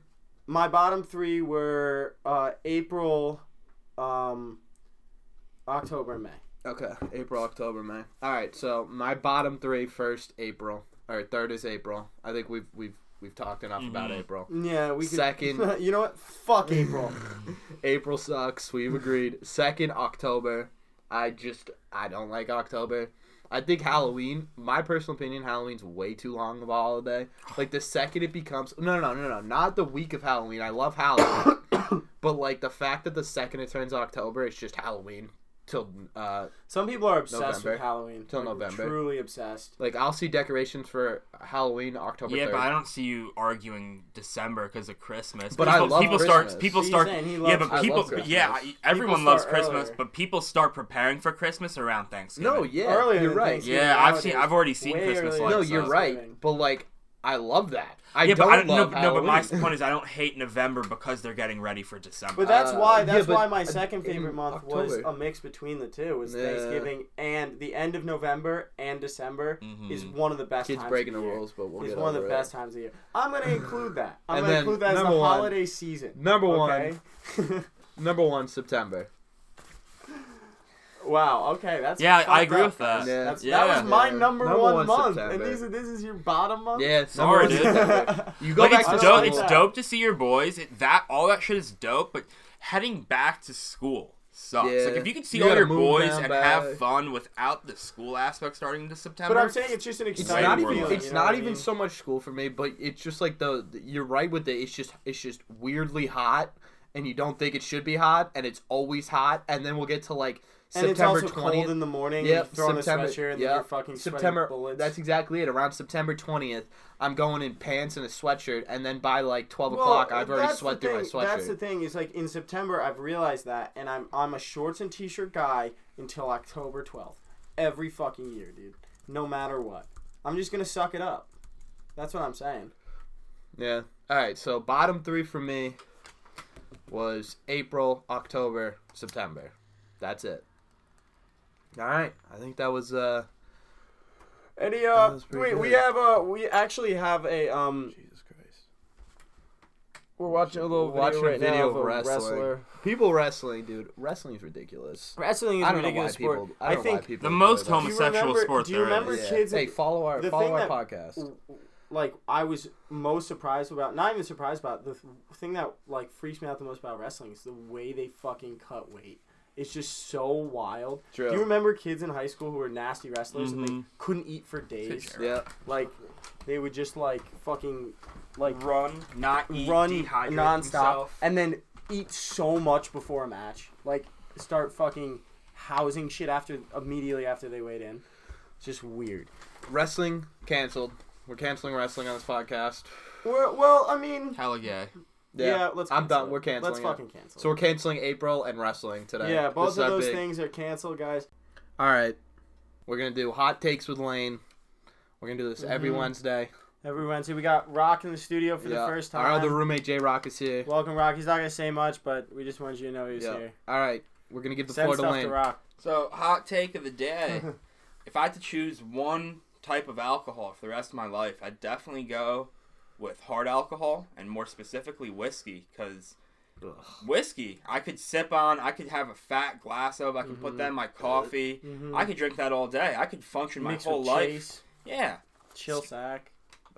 Speaker 2: My bottom three were uh, April, um, October, and May.
Speaker 1: Okay, April, October, May. All right, so my bottom three first April or third is April. I think we've we've we've talked enough
Speaker 2: Mm-hmm.
Speaker 1: about April.
Speaker 2: Yeah, we could,
Speaker 1: Second.
Speaker 2: you know what? Fuck April.
Speaker 1: April sucks. We've agreed. Second October. I just I don't like October. I think Halloween. My personal opinion, Halloween's way too long of a holiday. Like the second it becomes no no no no no not the week of Halloween. I love Halloween, but like the fact that the second it turns October, it's just Halloween till uh
Speaker 2: Some people are obsessed
Speaker 1: November.
Speaker 2: with Halloween.
Speaker 1: Till
Speaker 2: Like,
Speaker 1: November.
Speaker 2: Truly obsessed.
Speaker 1: like I'll see decorations for Halloween October.
Speaker 5: Yeah,
Speaker 1: 3rd.
Speaker 5: but I don't see you arguing December because of Christmas.
Speaker 1: But I
Speaker 5: people,
Speaker 1: love
Speaker 5: people
Speaker 1: Christmas.
Speaker 5: start people
Speaker 2: He's
Speaker 5: start
Speaker 2: saying he
Speaker 5: yeah,
Speaker 2: loves- I
Speaker 5: but
Speaker 1: love
Speaker 5: people
Speaker 1: Christmas.
Speaker 5: yeah, I- everyone
Speaker 2: People
Speaker 5: loves
Speaker 2: start
Speaker 5: Christmas,
Speaker 2: earlier.
Speaker 5: but people start preparing for Christmas around Thanksgiving.
Speaker 1: No, yeah,
Speaker 2: Earlier
Speaker 1: you're
Speaker 2: than
Speaker 1: right.
Speaker 2: Thanksgiving
Speaker 5: Yeah, I've seen-
Speaker 2: holidays.
Speaker 5: I've already seen
Speaker 2: Way
Speaker 5: Christmas
Speaker 2: earlier
Speaker 5: lights,
Speaker 2: than
Speaker 1: No, you're
Speaker 2: Thanksgiving.
Speaker 1: right. But like, I love that. I
Speaker 5: yeah,
Speaker 1: don't
Speaker 5: but I don't no,
Speaker 1: love
Speaker 5: no, but my
Speaker 1: Halloween.
Speaker 5: point is I don't hate November because they're getting ready for December.
Speaker 2: But that's
Speaker 1: Uh,
Speaker 2: why
Speaker 1: yeah,
Speaker 2: that's
Speaker 1: but
Speaker 2: why my
Speaker 1: in
Speaker 2: second favorite month was
Speaker 1: October.
Speaker 2: a mix between the two. Was
Speaker 1: Nah.
Speaker 2: Thanksgiving and the end of November and December
Speaker 5: Mm-hmm.
Speaker 2: is one of the best.
Speaker 1: Kids
Speaker 2: times
Speaker 1: breaking
Speaker 2: of
Speaker 1: the
Speaker 2: year.
Speaker 1: rules, but we'll
Speaker 2: It's
Speaker 1: get
Speaker 2: one of
Speaker 1: over
Speaker 2: the
Speaker 1: it.
Speaker 2: best times of year. I'm gonna include that. I'm
Speaker 1: And
Speaker 2: gonna
Speaker 1: then,
Speaker 2: include that as the
Speaker 1: number one-
Speaker 2: holiday season.
Speaker 1: number one.
Speaker 2: okay?
Speaker 1: Number one, September.
Speaker 2: Wow. Okay. That's
Speaker 5: Yeah, I
Speaker 2: fucked
Speaker 5: agree
Speaker 2: up,
Speaker 5: with that.
Speaker 2: guys.
Speaker 1: Yeah.
Speaker 2: That's,
Speaker 5: Yeah.
Speaker 2: That was my
Speaker 1: Yeah.
Speaker 2: number,
Speaker 1: Number
Speaker 2: one,
Speaker 1: one
Speaker 2: month,
Speaker 1: September.
Speaker 2: and these are, this is your bottom month.
Speaker 1: Yeah,
Speaker 5: Sorry,
Speaker 1: number
Speaker 5: dude.
Speaker 1: one, September. You go
Speaker 5: like
Speaker 1: back
Speaker 5: it's
Speaker 1: to
Speaker 2: don't
Speaker 5: dope.
Speaker 2: like
Speaker 5: It's
Speaker 1: school.
Speaker 2: that.
Speaker 5: dope to see your boys. It, that all that shit is dope. But heading back to school sucks.
Speaker 1: Yeah.
Speaker 5: Like if you can see
Speaker 1: You
Speaker 5: all
Speaker 1: gotta
Speaker 5: your
Speaker 1: move
Speaker 5: boys
Speaker 1: around
Speaker 5: and
Speaker 1: back.
Speaker 5: have fun without the school aspect starting to September.
Speaker 2: But I'm saying it's just an
Speaker 1: It's
Speaker 2: exciting
Speaker 1: not even.
Speaker 2: feeling.
Speaker 1: It's
Speaker 2: you know
Speaker 1: not
Speaker 2: what I
Speaker 1: even
Speaker 2: mean?
Speaker 1: so much school for me, but it's just like the. the- You're right with it. It's just. It's just weirdly hot, and you don't think it should be hot, and it's always hot, and then we'll get to like
Speaker 2: And it's
Speaker 1: September
Speaker 2: also cold in
Speaker 1: twentieth.
Speaker 2: the morning. Yeah.
Speaker 1: Yep,
Speaker 2: Throw on a
Speaker 1: September.
Speaker 2: sweatshirt and then
Speaker 1: yep,
Speaker 2: you're fucking sweating
Speaker 1: September.
Speaker 2: bullets.
Speaker 1: That's exactly it. Around September twentieth, I'm going in pants and a sweatshirt, and then by like twelve
Speaker 2: Well,
Speaker 1: o'clock, I've already
Speaker 2: that's
Speaker 1: sweat
Speaker 2: the
Speaker 1: through my
Speaker 2: thing-
Speaker 1: sweatshirt.
Speaker 2: That's the thing is like in September I've realized that, and I'm I'm a shorts and t-shirt guy until October 12th every fucking year, dude. No matter what, I'm just gonna suck it up. That's what I'm saying.
Speaker 1: Yeah. All right. So bottom three for me was April, October, September. That's it. All right. I think that was uh.
Speaker 2: Any uh,
Speaker 1: was pretty
Speaker 2: wait, we
Speaker 1: good.
Speaker 2: have a we actually have a um.
Speaker 1: Jesus Christ.
Speaker 2: We're watching a little
Speaker 1: We're watching
Speaker 2: video right
Speaker 1: a video
Speaker 2: now
Speaker 1: of
Speaker 2: of a
Speaker 1: wrestling.
Speaker 2: wrestler.
Speaker 1: People wrestling, dude. Wrestling's ridiculous.
Speaker 2: Wrestling is
Speaker 1: I
Speaker 2: a
Speaker 1: don't know why
Speaker 2: ridiculous sport.
Speaker 1: people. I don't know
Speaker 2: think
Speaker 1: why people.
Speaker 5: The most
Speaker 1: enjoy that.
Speaker 2: do you
Speaker 5: Homosexual
Speaker 2: remember,
Speaker 5: sport
Speaker 2: Do you
Speaker 5: there
Speaker 2: remember
Speaker 5: is.
Speaker 2: kids?
Speaker 1: Hey, follow our
Speaker 2: the
Speaker 1: follow
Speaker 2: thing
Speaker 1: our
Speaker 2: that-
Speaker 1: podcast.
Speaker 2: like I was most surprised about, not even surprised about the th- thing that like freaks me out the most about wrestling is the way they fucking cut weight. It's just so wild.
Speaker 1: True.
Speaker 2: Do you remember kids in high school who were nasty wrestlers and they couldn't eat for days?
Speaker 5: Good
Speaker 1: Yeah.
Speaker 2: Like they would just like fucking like
Speaker 5: Run, not eat,
Speaker 2: run
Speaker 5: dehydrate
Speaker 2: nonstop,
Speaker 5: himself.
Speaker 2: and then eat so much before a match. Like start fucking housing shit after immediately after they weighed in. It's just weird.
Speaker 1: Wrestling canceled. We're canceling wrestling on this podcast.
Speaker 2: Well, well I mean,
Speaker 5: Hella gay.
Speaker 2: yeah, let's.
Speaker 1: I'm
Speaker 2: cancel
Speaker 1: done.
Speaker 2: it.
Speaker 1: We're canceling.
Speaker 2: Let's
Speaker 1: it.
Speaker 2: fucking cancel.
Speaker 1: So we're canceling April and wrestling today.
Speaker 2: yeah,
Speaker 1: This
Speaker 2: both
Speaker 1: is
Speaker 2: of
Speaker 1: our
Speaker 2: those
Speaker 1: big-
Speaker 2: things are canceled, guys.
Speaker 1: All right, we're gonna do hot takes with Lane. We're gonna do this every Wednesday.
Speaker 2: Every Wednesday, we got Rock in the studio for the
Speaker 1: Yeah.
Speaker 2: first time.
Speaker 1: Our other roommate J Rock is here.
Speaker 2: Welcome, Rock. He's not gonna say much, but we just wanted you to know he's
Speaker 1: Yeah.
Speaker 2: here.
Speaker 1: All right, we're gonna give the
Speaker 2: Send
Speaker 1: floor to
Speaker 2: stuff to
Speaker 1: Lane.
Speaker 2: Rock.
Speaker 5: So, hot take of the day. if I had to choose one type of alcohol for the rest of my life, I'd definitely go with hard alcohol and more specifically whiskey because whiskey I could sip on, I could have a fat glass of, I could put that in
Speaker 2: Mm-hmm.
Speaker 5: my coffee. I could drink that all day. I could function my
Speaker 2: Mixed
Speaker 5: whole
Speaker 2: with
Speaker 5: Oh, life.
Speaker 2: Chase, Mm-hmm.
Speaker 5: Yeah.
Speaker 2: chill sack.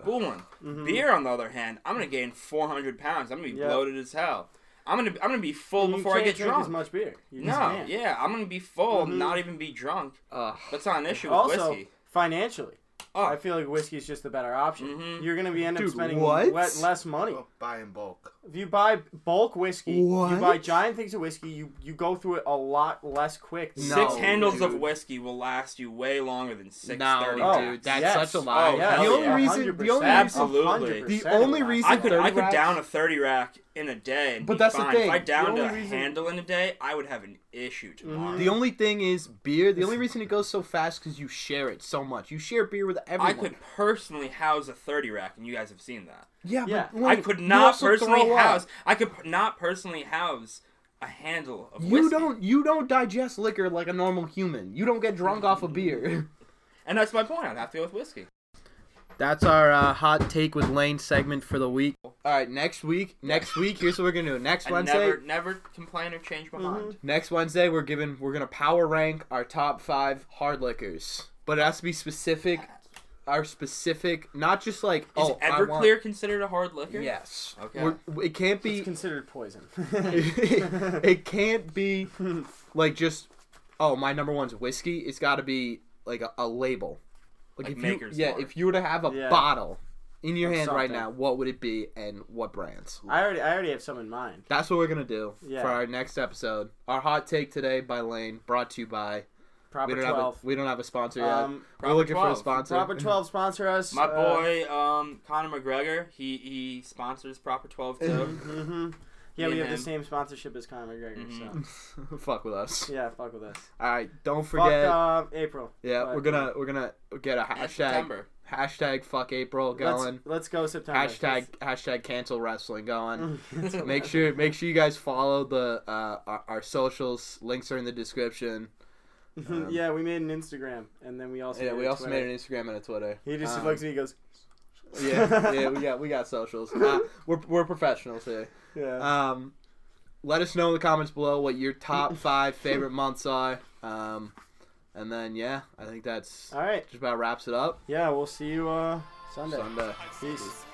Speaker 5: Boom. Beer, on the other hand, I'm gonna gain 400 pounds. I'm gonna be
Speaker 2: Yep.
Speaker 5: bloated as hell. I'm gonna I'm gonna be full
Speaker 2: You
Speaker 5: before I
Speaker 2: can't
Speaker 5: get
Speaker 2: drink
Speaker 5: drunk.
Speaker 2: as much beer. You just
Speaker 5: no,
Speaker 2: can't.
Speaker 5: yeah, I'm gonna be full,
Speaker 2: Mhm.
Speaker 1: Mm-hmm.
Speaker 5: not even be drunk.
Speaker 1: Ugh.
Speaker 5: That's not an issue with
Speaker 2: Also,
Speaker 5: whiskey.
Speaker 2: financially,
Speaker 5: Oh.
Speaker 2: I feel like whiskey's just the better option.
Speaker 5: Mhm.
Speaker 2: You're gonna be end up
Speaker 1: Dude,
Speaker 2: spending
Speaker 1: what?
Speaker 2: le- less money.
Speaker 6: buy in bulk.
Speaker 2: If you buy bulk whiskey, you
Speaker 1: What?
Speaker 2: buy giant things of whiskey, you you go through it a lot less quick.
Speaker 1: No.
Speaker 5: Six handles of
Speaker 1: dude.
Speaker 5: whiskey will last you way longer than six
Speaker 1: No,
Speaker 5: thirty.
Speaker 1: Oh,
Speaker 5: packs.
Speaker 1: dude, that's such a lie.
Speaker 5: Oh, hell
Speaker 2: the only
Speaker 5: yeah.
Speaker 2: reason, the only
Speaker 5: Absolutely.
Speaker 2: reason,
Speaker 1: The only reason-
Speaker 5: I could I
Speaker 1: 30
Speaker 5: could
Speaker 1: racks?
Speaker 5: down a thirty rack in a day. And
Speaker 1: But
Speaker 5: be
Speaker 1: that's the
Speaker 5: fine.
Speaker 1: thing.
Speaker 5: If I
Speaker 1: The Mm-hmm.
Speaker 5: downed
Speaker 2: only
Speaker 5: a
Speaker 2: reason-
Speaker 5: handle in a day, I would have an issue tomorrow.
Speaker 1: The only thing is beer. The only reason it goes so fast because you share it so much. You share beer with everyone.
Speaker 5: I could personally house a thirty rack, and you guys have seen that.
Speaker 1: Yeah,
Speaker 2: Yeah.
Speaker 1: but
Speaker 5: I
Speaker 1: Lane,
Speaker 5: could
Speaker 1: you
Speaker 5: not
Speaker 1: also
Speaker 5: personally
Speaker 1: throw up.
Speaker 5: house. I could p- not personally house a handle of
Speaker 1: You
Speaker 5: whiskey.
Speaker 1: don't. You don't digest liquor like a normal human. You don't get drunk off a beer.
Speaker 5: and that's my point. I'd have to go with whiskey.
Speaker 1: That's our uh, hot take with Lane segment for the week. All right, next week. Next week. Here's what Mm-hmm. we're gonna do. Next
Speaker 5: I
Speaker 1: Wednesday.
Speaker 5: never never complain or change my mind.
Speaker 1: Next Wednesday, we're giving. We're gonna power rank our top five hard liquors, but it has to be specific. Our specific, not just like
Speaker 5: Is
Speaker 1: oh, I want-
Speaker 5: Everclear considered a hard liquor?
Speaker 1: Yes.
Speaker 5: Okay.
Speaker 1: We're, it can't be.
Speaker 2: it's considered poison.
Speaker 1: it can't be like just oh my number one's whiskey it's got to be like a, a label like,
Speaker 5: Like
Speaker 1: if you
Speaker 5: Maker's
Speaker 1: yeah
Speaker 5: Mark.
Speaker 1: if you were to have a
Speaker 2: Yeah.
Speaker 1: bottle in your
Speaker 2: Of
Speaker 1: hand right
Speaker 2: something.
Speaker 1: now what would it be and what brands
Speaker 2: I already, I already have some in mind.
Speaker 1: that's what we're gonna do
Speaker 2: Yeah.
Speaker 1: for our next episode our hot take today by lane brought to you by we
Speaker 2: Proper
Speaker 1: don't have
Speaker 2: twelve.
Speaker 1: a, we don't have a sponsor yet
Speaker 2: Um,
Speaker 1: we're looking for a
Speaker 5: 12.
Speaker 1: sponsor
Speaker 2: Proper twelve sponsor us.
Speaker 5: My
Speaker 2: uh,
Speaker 5: boy, um, Conor McGregor, he he sponsors Proper Twelve too.
Speaker 2: hmm Yeah, we
Speaker 5: Me and
Speaker 2: have the
Speaker 5: him.
Speaker 2: same sponsorship as Conor McGregor.
Speaker 1: Mm-hmm. fuck with us
Speaker 2: So yeah, fuck with us.
Speaker 1: all right don't
Speaker 2: Fuck
Speaker 1: forget
Speaker 2: uh, April.
Speaker 1: yeah
Speaker 2: but-
Speaker 1: we're gonna we're gonna get a
Speaker 5: In
Speaker 1: hashtag
Speaker 5: September.
Speaker 1: hashtag fuck april
Speaker 2: Let's,
Speaker 1: going
Speaker 2: let's go September.
Speaker 1: hashtag hashtag cancel wrestling going.
Speaker 2: Let's-
Speaker 1: make sure make sure you guys follow the uh, our, our socials. Links are in the description. Um,
Speaker 2: yeah, we made an Instagram, and then we also
Speaker 1: Yeah,
Speaker 2: made
Speaker 1: we
Speaker 2: a
Speaker 1: also made
Speaker 2: Twitter.
Speaker 1: an Instagram and a Twitter.
Speaker 2: He just
Speaker 1: Um,
Speaker 2: looks at me, and goes,
Speaker 1: yeah, yeah, we got we got socials. Uh, we're we're professionals here.
Speaker 2: yeah.
Speaker 1: Um, let us know in the comments below what your top five favorite months are. Um, and then yeah, I think that's
Speaker 2: All right.
Speaker 1: just about wraps it up.
Speaker 2: Yeah, we'll see you uh, Sunday.
Speaker 1: Sunday.
Speaker 2: Peace.